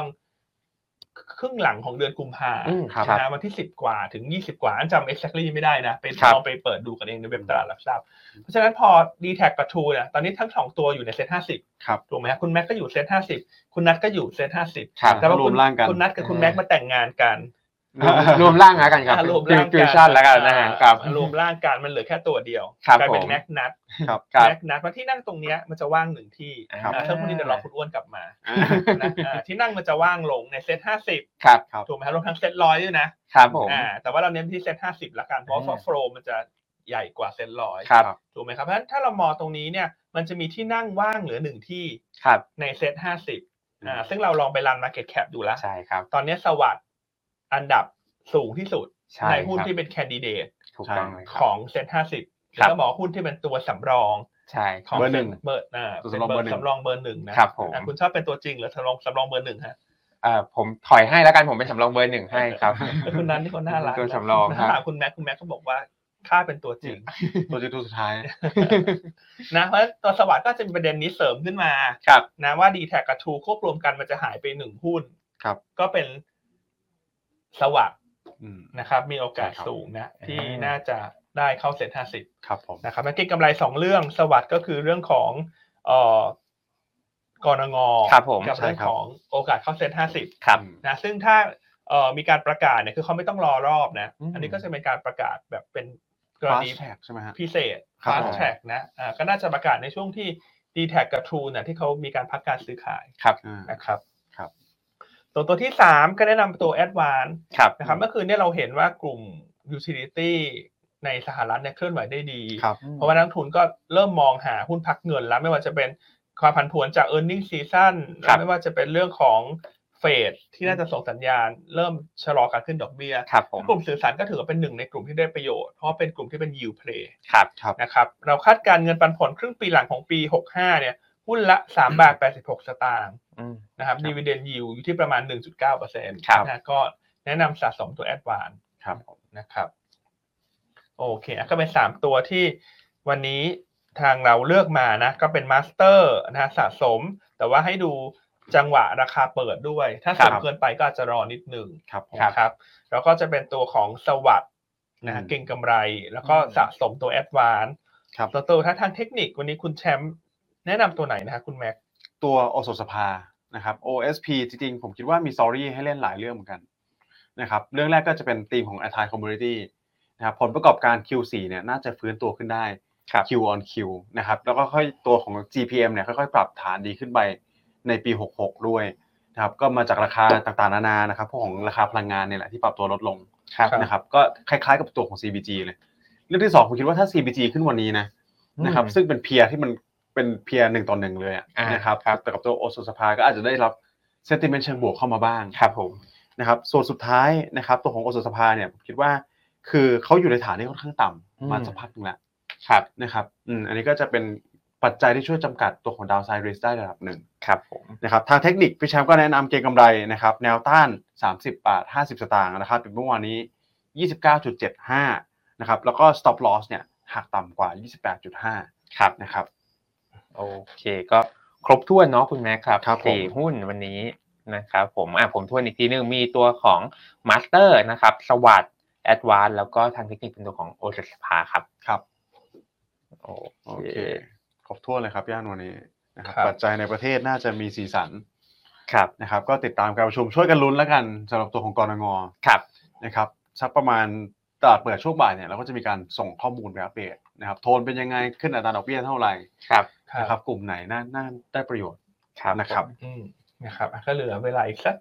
ครึ่งหลังของเดือนกุมภา อืมครับ นะฮะวันที่สิบกว่าถึงยี่สิบกว่าอันจำ exactly ไม่ได้นะไป ครับ ลองไปเปิดดูกันเองในเว็บตลาดหลักทรัพย์เพราะฉะนั้นพอ d t แทกับ True เนี่ยตอนนี้ทั้งสองตัวอยู่ในเซ็ตห้าสิบ ครับ ถูกไหมครคุณแม็กก็อยู่เซตห้าสิบคุณนัทก็อยู่เซตห้าสิบ ครับ แต่ว่าคุ รว ณ มร่างกัน คุณนัทกับคุณแม็กมาแต่งงานกัน รวมรวมร่างแล้วกันครับ อ่ะรวมร่าง ฟิ กั วชั่นแล้วกันนะฮะครับ อ่ารวมร่างกันมันเหลือแค่ตัวเดียว ครับ กลายเป็ ผ น ม แม็กนัท ครับ ครับ แม็กนัทมาที่นั่งตรงเนี้ยมันจะว่างหนึ่งที่ ครับ อ่าถ้าพรุ่งนี้เดี๋ยวรอคุณอ้วนกลับมา อ่า นะอ่าที่นั่งมันจะว่างลงในเซตห้าสิบ ครับ ถูกไหมฮะรวมทั้งเซตร้อยด้วยนะครับ ผม อ่าแต่ว่าเราเน้นที่เซตห้าสิบละกันเพราะ อ่า ว่าโฟลมันจะใหญ่กว่าเซตร้อย ครับ ถูกไหมครับเพราะฉะนั้นถ้าเรามองตรงนี้เนี่ยมันจะมีที่นั่งว่างเหลือหนึ่งที่ ครับ ในเซตห้าสิบ อ่าซึ่งเราลองไปรัน Market Cap ดูแล้ว ใช่ครับ ตอนนี้สวัสด์อันดับสูงที่สุด ใช่ ใน ค หุ้น รับ ที่เป็นแคนดิเดต ถูกต้องเลยค ข รับ องเซ็นห้าสิบ ครั แล้ว บ ก็บอกหุ้นที่เป็นตัวสำรอง ใช่ค ข รั อบ ง เบอร์หนึ่ง เบอร์อ่า ตัว เป็น สำรอง เบอร์ เบอร์สำรองเบอร์หนึ่งหนึ่งนะครับ ผม อ่ะคุณชอบเป็นตัวจริงหรือสำรองสำรองเบอร์หนึ่งฮะ เอ่อผมถอยให้แล้วกันผมเป็นสำรองเบอร์หนึ่งให้ครับ แล้วคุณนั้นที่คนน่ารัก ตัวสำรอง นะ ครั ถ้า บ ถามคุณแม็กคุณแม็กก็บอกว่าค่าเป็นตัวจริง ตัวจิตตัวสุดท้าย นะเพราะฉะนั้นตัวสวัสด์ก็จะมีประเด็นนี้เสริมขึ้นมา ครับ นะว่าดีแท็กกับทูควบรวมกันมันจะหายไปหนึ่งหุ้น ครับ ก็เป็นสวัสด อืม นะครับมีโอกาส ใช่ครับ สูงนะที่ อ่า น่าจะได้เข้าเซ็ตห้าสิบ ครับผม นะครับแล้วเก็งกำไรสองเรื่องสวัสด์ก็คือเรื่องของเอ่อกรงง ครับผม กับ ใช่คเรื่อรับงของโอกาสเข้าเซ็ตห้าสิบ ครับ นะซึ่งถ้าเอ่อมีการประกาศเนี่ยคือเขาไม่ต้องรอรอบนะ อืม อันนี้ก็จะเป็นการประกาศแบบเป็นกร ฟาส ณี แท็กใช่ไหมฮะ พิเศษ ครับ fast ผม track นะอ่าก็น่าจะประกาศในช่วงที่ d t แทกับ True เนี่ยที่เขามีการพักการซื้อขาย อ่า นะครับ ครับ ตัวตัวที่สามก็แนะนำตัว Advance ครับ นะครับเมื่อคืนเนี่ยเราเห็นว่ากลุ่ม utility ในสหรัฐเนี่ยเคลื่อนไหวได้ดี ครับ เพราะว่านักลงทุนก็เริ่มมองหาหุ้นพักเงินแล้ว ไม่ว่าจะเป็นความผันผวนจาก e a r n i n g season ครับ ไม่ว่าจะเป็นเรื่องของเฟดที่น่าจะส่งสัญญาณ เริ่มชะลอการขึ้นดอกเบี้ย ครับผม กลุ่มสื่อสารก็ถือว่าเป็นหนึ่งในกลุ่มที่ได้ประโยชน์ เพราะว่าเป็นกลุ่มที่เป็น yield play ครับ ครับ นะครับเราคาดการณ์เงินปันผลครึ่งปีหลังของปี 65เนี่ยหุ้นละ3บาท86 สตางค์ อืม นะครับดีเวเดนยิวอยู่ที่ประมาณ 1.9%น ครับ ะฮะก็แนะนำสะสมตัวแอดวาน ครับผม นะครับโอเคอ่ะก็เป็น 3 ตัวที่วันนี้ทางเราเลือกมานะ ก็เป็นมาสเตอร์นะฮะสะสม แต่ว่าให้ดูจังหวะราคาเปิดด้วย ถ้าสูง ครับ เกินไปก็อาจจะรอนิดหนึง ครับผม นะครับแล้วก็จะเป็นตัวของสวัสดนะฮะ อืม เก่งกำไร แล้วก็ อืม สะสมตัวแอดวาน ครับ ตัวตัวถ้าทางเทคนิควันนี้คุณแชมป์แนะนำตัวไหนนะฮะคุณแม็ก ตัวโอสถสภานะครับ OSP จริงๆ ผมคิดว่ามีสอรี่ให้เล่นหลายเรื่องเหมือนกันนะครับ เรื่องแรกก็จะเป็นธีมของ a t t i Community นะครับผลประกอบการ Q4 เนี่ยน่าจะฟื้นตัวขึ้นได้ ครับ Q on Q นะครับ แล้วก็ค่อยตัวของ GPM เนี่ยค่อยๆ ปรับฐานดีขึ้นไปในปี 66 ด้วยนะครับ ก็มาจากราคาต่างๆ นานานะครับพวกของราคาพลังงานเนี่ยแหละที่ปรับตัวลดลง ครับ ครับ นะครับ ก็คล้ายๆกับตัวของ CBG เลย เรื่องที่สองผมคิดว่าถ้า CBG ขึ้นวันนี้นะ นะครับซึ่งเป็นเพียร์ที่มันเป็นเพียร์หนึ่งต่อหนึ่งเลยอะ อ่า นะครับ ครับ แต่กับตัวโอสุสภาก็อาจจะได้รับเซนติเมนต์เชิงบวกเข้ามาบ้าง ครับผม นะครับส่วนสุดท้ายนะครับตัวของโอสุสภาเนี่ยผมคิดว่า คือเขาอยู่ในฐานที่ค่อนข้างต่ำมาสักพักหนึงแล้ว ครับ นะครับอืมอันนี้ก็จะเป็นปัจจัยที่ช่วยจำกัดตัวของดาวไซริสได้ระดับหนึ่ง ครับผม นะครับทางเทคนิคพี่แชมป์ก็แนะนำเก็งกำไรนะครับแนวต้าน 30 บาท 50 สตางค์นะครับเป็นเมื่อวานนี้ 29.75นะครับแล้วก็ stop loss เนี่ยหักต่ำกว่า 28.5 ครับ นะครับ โอเคก็ครบถ้วนเนาะคุณแม่ครับ ครับผม สี่หุ้นวันนี้นะครับผมอ่ะผมทวนอีกทีนึงมีตัวของมาสเตอร์นะครับสวัสด์แอดวานแล้วก็ทางเทคนิคเป็นตัวของโอสถสภาครับ ครับ โอ โอ อเคครบถ้วนเลยครับย่านวันนี้นะครับ ครับ ปัจจัยในประเทศน่าจะมีสีสัน ครับ นะครับ ก็ติดตามการประชุมช่วยกันลุ้นแล้วกันสำหรับตัวของกรงง ครับ นะครับสักประมาณตลาดเปิดช่วงบ่ายเนี่ยเราก็จะมีการส่งข้อมูลไปอัปเดตนะครับโทนเป็นยังไงขึ้นอัตราดอกเบี้ยเท่าไหร่ ครับ นะค ครั รั บบ กลุ่มไหนน่าน่าได้ประโยชน์ ครับ นะครับ อืมนะครับอ่ะก็เหลือเวลาอีกสัก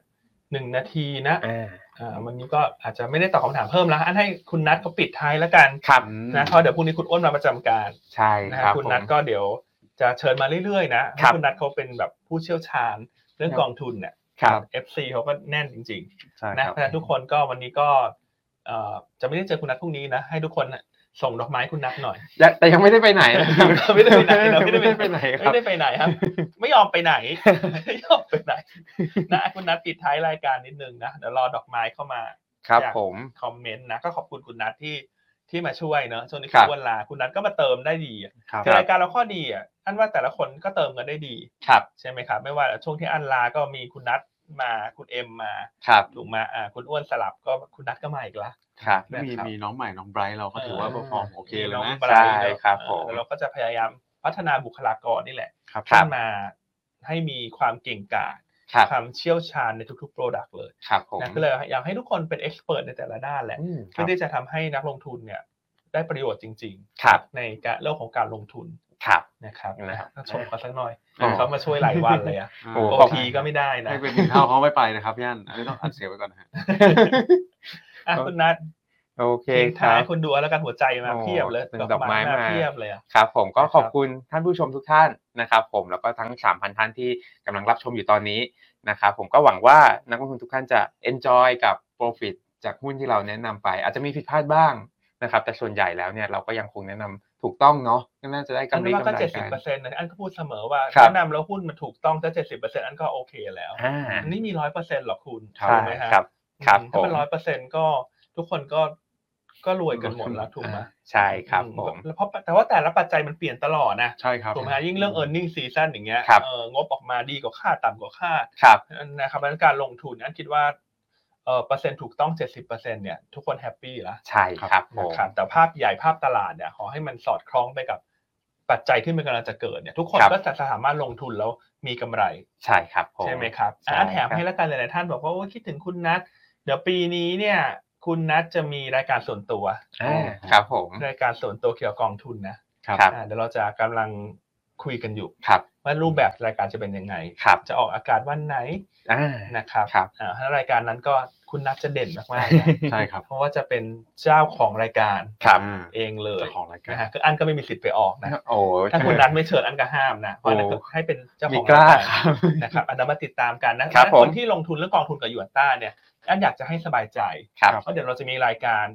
หนึ่งนาทีนะ อ่า อ่าวันนี้ก็อาจจะไม่ได้ตอบคำถามเพิ่มแล้วอันให้คุณนัทเขาปิดท้ายแล้วกัน ครับ นะเพราะเดี๋ยวพรุ่งนี้คุณอ้วนมาประจำการ ใช่ นะ ค ฮะ รับ คุณ ผม นัทก็เดี๋ยวจะเชิญมาเรื่อยๆนะครับ คุณนัทเขาเป็นแบบผู้เชี่ยวชาญเรื่องกองทุนเนี่ย ครับ FC เขาก็แน่นจริง ๆ ใช่ นะครับ เพราะฉะนั้นทุกคนก็วันนี้ก็เอ่อจะไม่ได้เจอคุณนัทพรุ่งนี้นะ ให้ทุกคนน่ะส่งดอกไม้คุณนัทหน่อย และแต่ยังไม่ได้ไปไหนนะครับ ไม่ได้ไปไหนเราไม่ได้ไป ไหนครั ไม่ บ ได้ไปไหน ครับ ไม่ยอมไปไหน ไม่ยอมไปไหนนะคุณนัทปิดท้ายรายการนิดนึงนะเดี๋ยวรอดอกไม้เข้ามา ครับผม คอมเมนต์นะก็ขอบคุณคุณนัทที่ที่มาช่วยเนอะช่วงนี้ ครับ เวลาคุณนัทก็มาเติมได้ดีอะ ครับ คือรายการเราข้อดีอ่ะอันว่าแต่ละคนก็เติมกันได้ดี ครับ ใช่ไหมครับ ไม่ว่าช่วงที่อันลาก็มีคุณนัทมาคุณเอ็มมา ครับ ถูกมาอ่าคุณอ้วนสลับก็คุณนัทก็มาอีกละ ครับ มี นะครับ มีน้องใหม่น้องไบรท์เราก็ถือว่า เออ พอร์มโอเคเลย มีน้ นะ ง ปลาย ใช่ เนอะ ครับผม เออเราก็จะพยายามพัฒนาบุคลากรนี่แหละ ครับ ครั ขึ้ บ นมาให้มีความเก่งกาจ ครับ ความเชี่ยวชาญในทุกๆ โปรดักต์เลย ครับผม นะก็เลยอยากให้ทุกคนเป็นเอ็กซ์เพรสในแต่ละด้านแหละ อืมค เพื่ รั อบ ที่จะทำให้นักลงทุนเนี่ยได้ประโยชน์จริง ครับ ๆ ในการเรื่องของการลงทุน ครับ นะครับ นะครับ ต้องชมเขาสักหน่อย อ๋อ เขามาช่วยหลายวันเลยอะ โอ้ โอ ขอบคุณ ทีก็ไม่ได้นะ ให้ไปกินข้าวเขาไม่ไปนะครับย่านอันนี้ต้องอัดเสียงไว้ก่อนนะฮะ อ่ะคุณนัท โอเค ทิ้ง ค ท้า รั ย บ คุณดูเอาแล้วกันหัวใจมา โอ้ เพียบเลย เป็นดอกไม้มา เพียบเลยอะ ครับผมก็ นะครับ ขอบคุณท่านผู้ชมทุกท่านนะครับ ผมแล้วก็ทั้ง 3,000 ท่านที่กำลังรับชมอยู่ตอนนี้นะครับผมก็หวังว่านักลงทุนทุกท่านจะ enjoy กับ profit จากหุ้นที่เราแนะนำไป อาจจะมีผิดพลาดบ้างนะครับ แต่ส่วนใหญ่แล้วเนี่ยเราก็ยังคงแนะนำถูกต้องเนาะก็น่าจะได้ อั กำ นนี้ว่ากไรำ ก็ ไร เจ็ดสิบ กัน เปอร์เซ็นต์นะอันก็พูดเสมอว่า ครับ แนะนำแล้วหุ้นมันถูกต้องถ้าเจ็ดสิบเปอร์เซ็นต์อันก็โอเคแล้ว อ่า นี่มีร้อยเปอร์เซ็นต์หรอกคุณ ใช่ ใช่ ถูกไหมฮะ ครับ ครับ อืมถ้าเป็น ผม ร้อยเปอร์เซ็นต์ก็ทุกคนก็ก็รวยกันหมดแล้วถูกไหม ใช่ครับผม แล้วเพราะแต่ว่าแต่ละปัจจัยมันเปลี่ยนตลอดนะ ใช่ครับ ถูกไหมฮะยิ่งเรื่อง e a r n i n g ็ season อย่างเงี้ย ครับ เอองบออกมาดีกว่าคาดต่ำกว่าคาด ครับ นะครับเพราะฉะนั้นการลงทุนอันคิดว่าเออเปอร์เซ็นต์ถูกต้องเจ็ดสิบเปอร์เซ็นต์เนี่ยทุกคนแฮปปี้ละ ใช่ครับผ นะ ม ครับแต่ภาพใหญ่ภาพตลาดเนี่ยขอให้มันสอดคล้องไปกับปัจจัยที่มันกำลังจะเกิดเนี่ยทุกคน ครับ ก็จะสามารถลงทุนแล้วมีกำไร ใช่ครับผม ใช่ไหมครับ ใช่ อ่ะแถม ครับ ให้ละกันหลายๆท่านบอกว่าโอ้ยคิดถึงคุณนัทเดี๋ยวปีนี้เนี่ยคุณนัทจะมีรายการส่วนตัว าครับผม รายการส่วนตัวเกี่ยวกับกองทุนนะครับ ครับ อ่ะเดี๋ยวเราจะกำลังคุยกันอยู่ ครับ ว่ารูปแบบรายการจะเป็นยังไง ครับ จะออกอากาศวันไหน อ่า นะครับ ครับ อ่าถ้ารายการนั้นก็คุณนัทจะเด่นมากๆนะ ใช่ครับ เพราะว่าจะเป็นเจ้าของรายการ ครับ อ่า เองเลย เจ้าของรายการ นะฮะก็อันก็ไม่มีสิทธิ์ไปออกนะ โอ้ ถ้าคุณนัทไม่เชิญอันก็ห้ามนะเพราะอันนั้นก็ให้เป็นเจ้าของ มีกล้าร าย ครับ นะครับอันนั้นมาติดตามกันนะครับ ผม นที่ลงทุนเรื่องกองทุนกับหยวนต้าเนี่ยอันอยากจะให้สบายใจ ครับ เพราะเดี๋ยวเราจะมีรายการ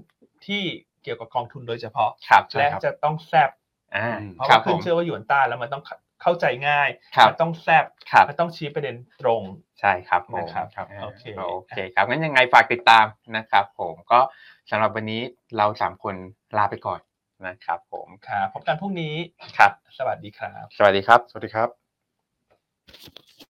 ที่เกี่ยวกับกองทุนโดยเฉพาะ ครับ ใช่ และ ครับ จะต้องแซบ อ่า เพราะ ครั ว่า บผ ขึ้น ม ชื่อว่าหยวนต้าแล้วมันต้องเข้าใจง่าย ครับ มันต้องแซบ ครับ มันต้องชี้ประเด็นตรง ใช่ครับผม นะครับ ครับ า โอเค โอเคครับงั้นยังไงฝากติดตามนะครับ ผมก็สำหรับวันนี้เราสามคนลาไปก่อนนะครับ ผม ครับพบกันพรุ่งนี้ ครับ สวัสดีครับ สวัสดีครับ สวัสดีครับ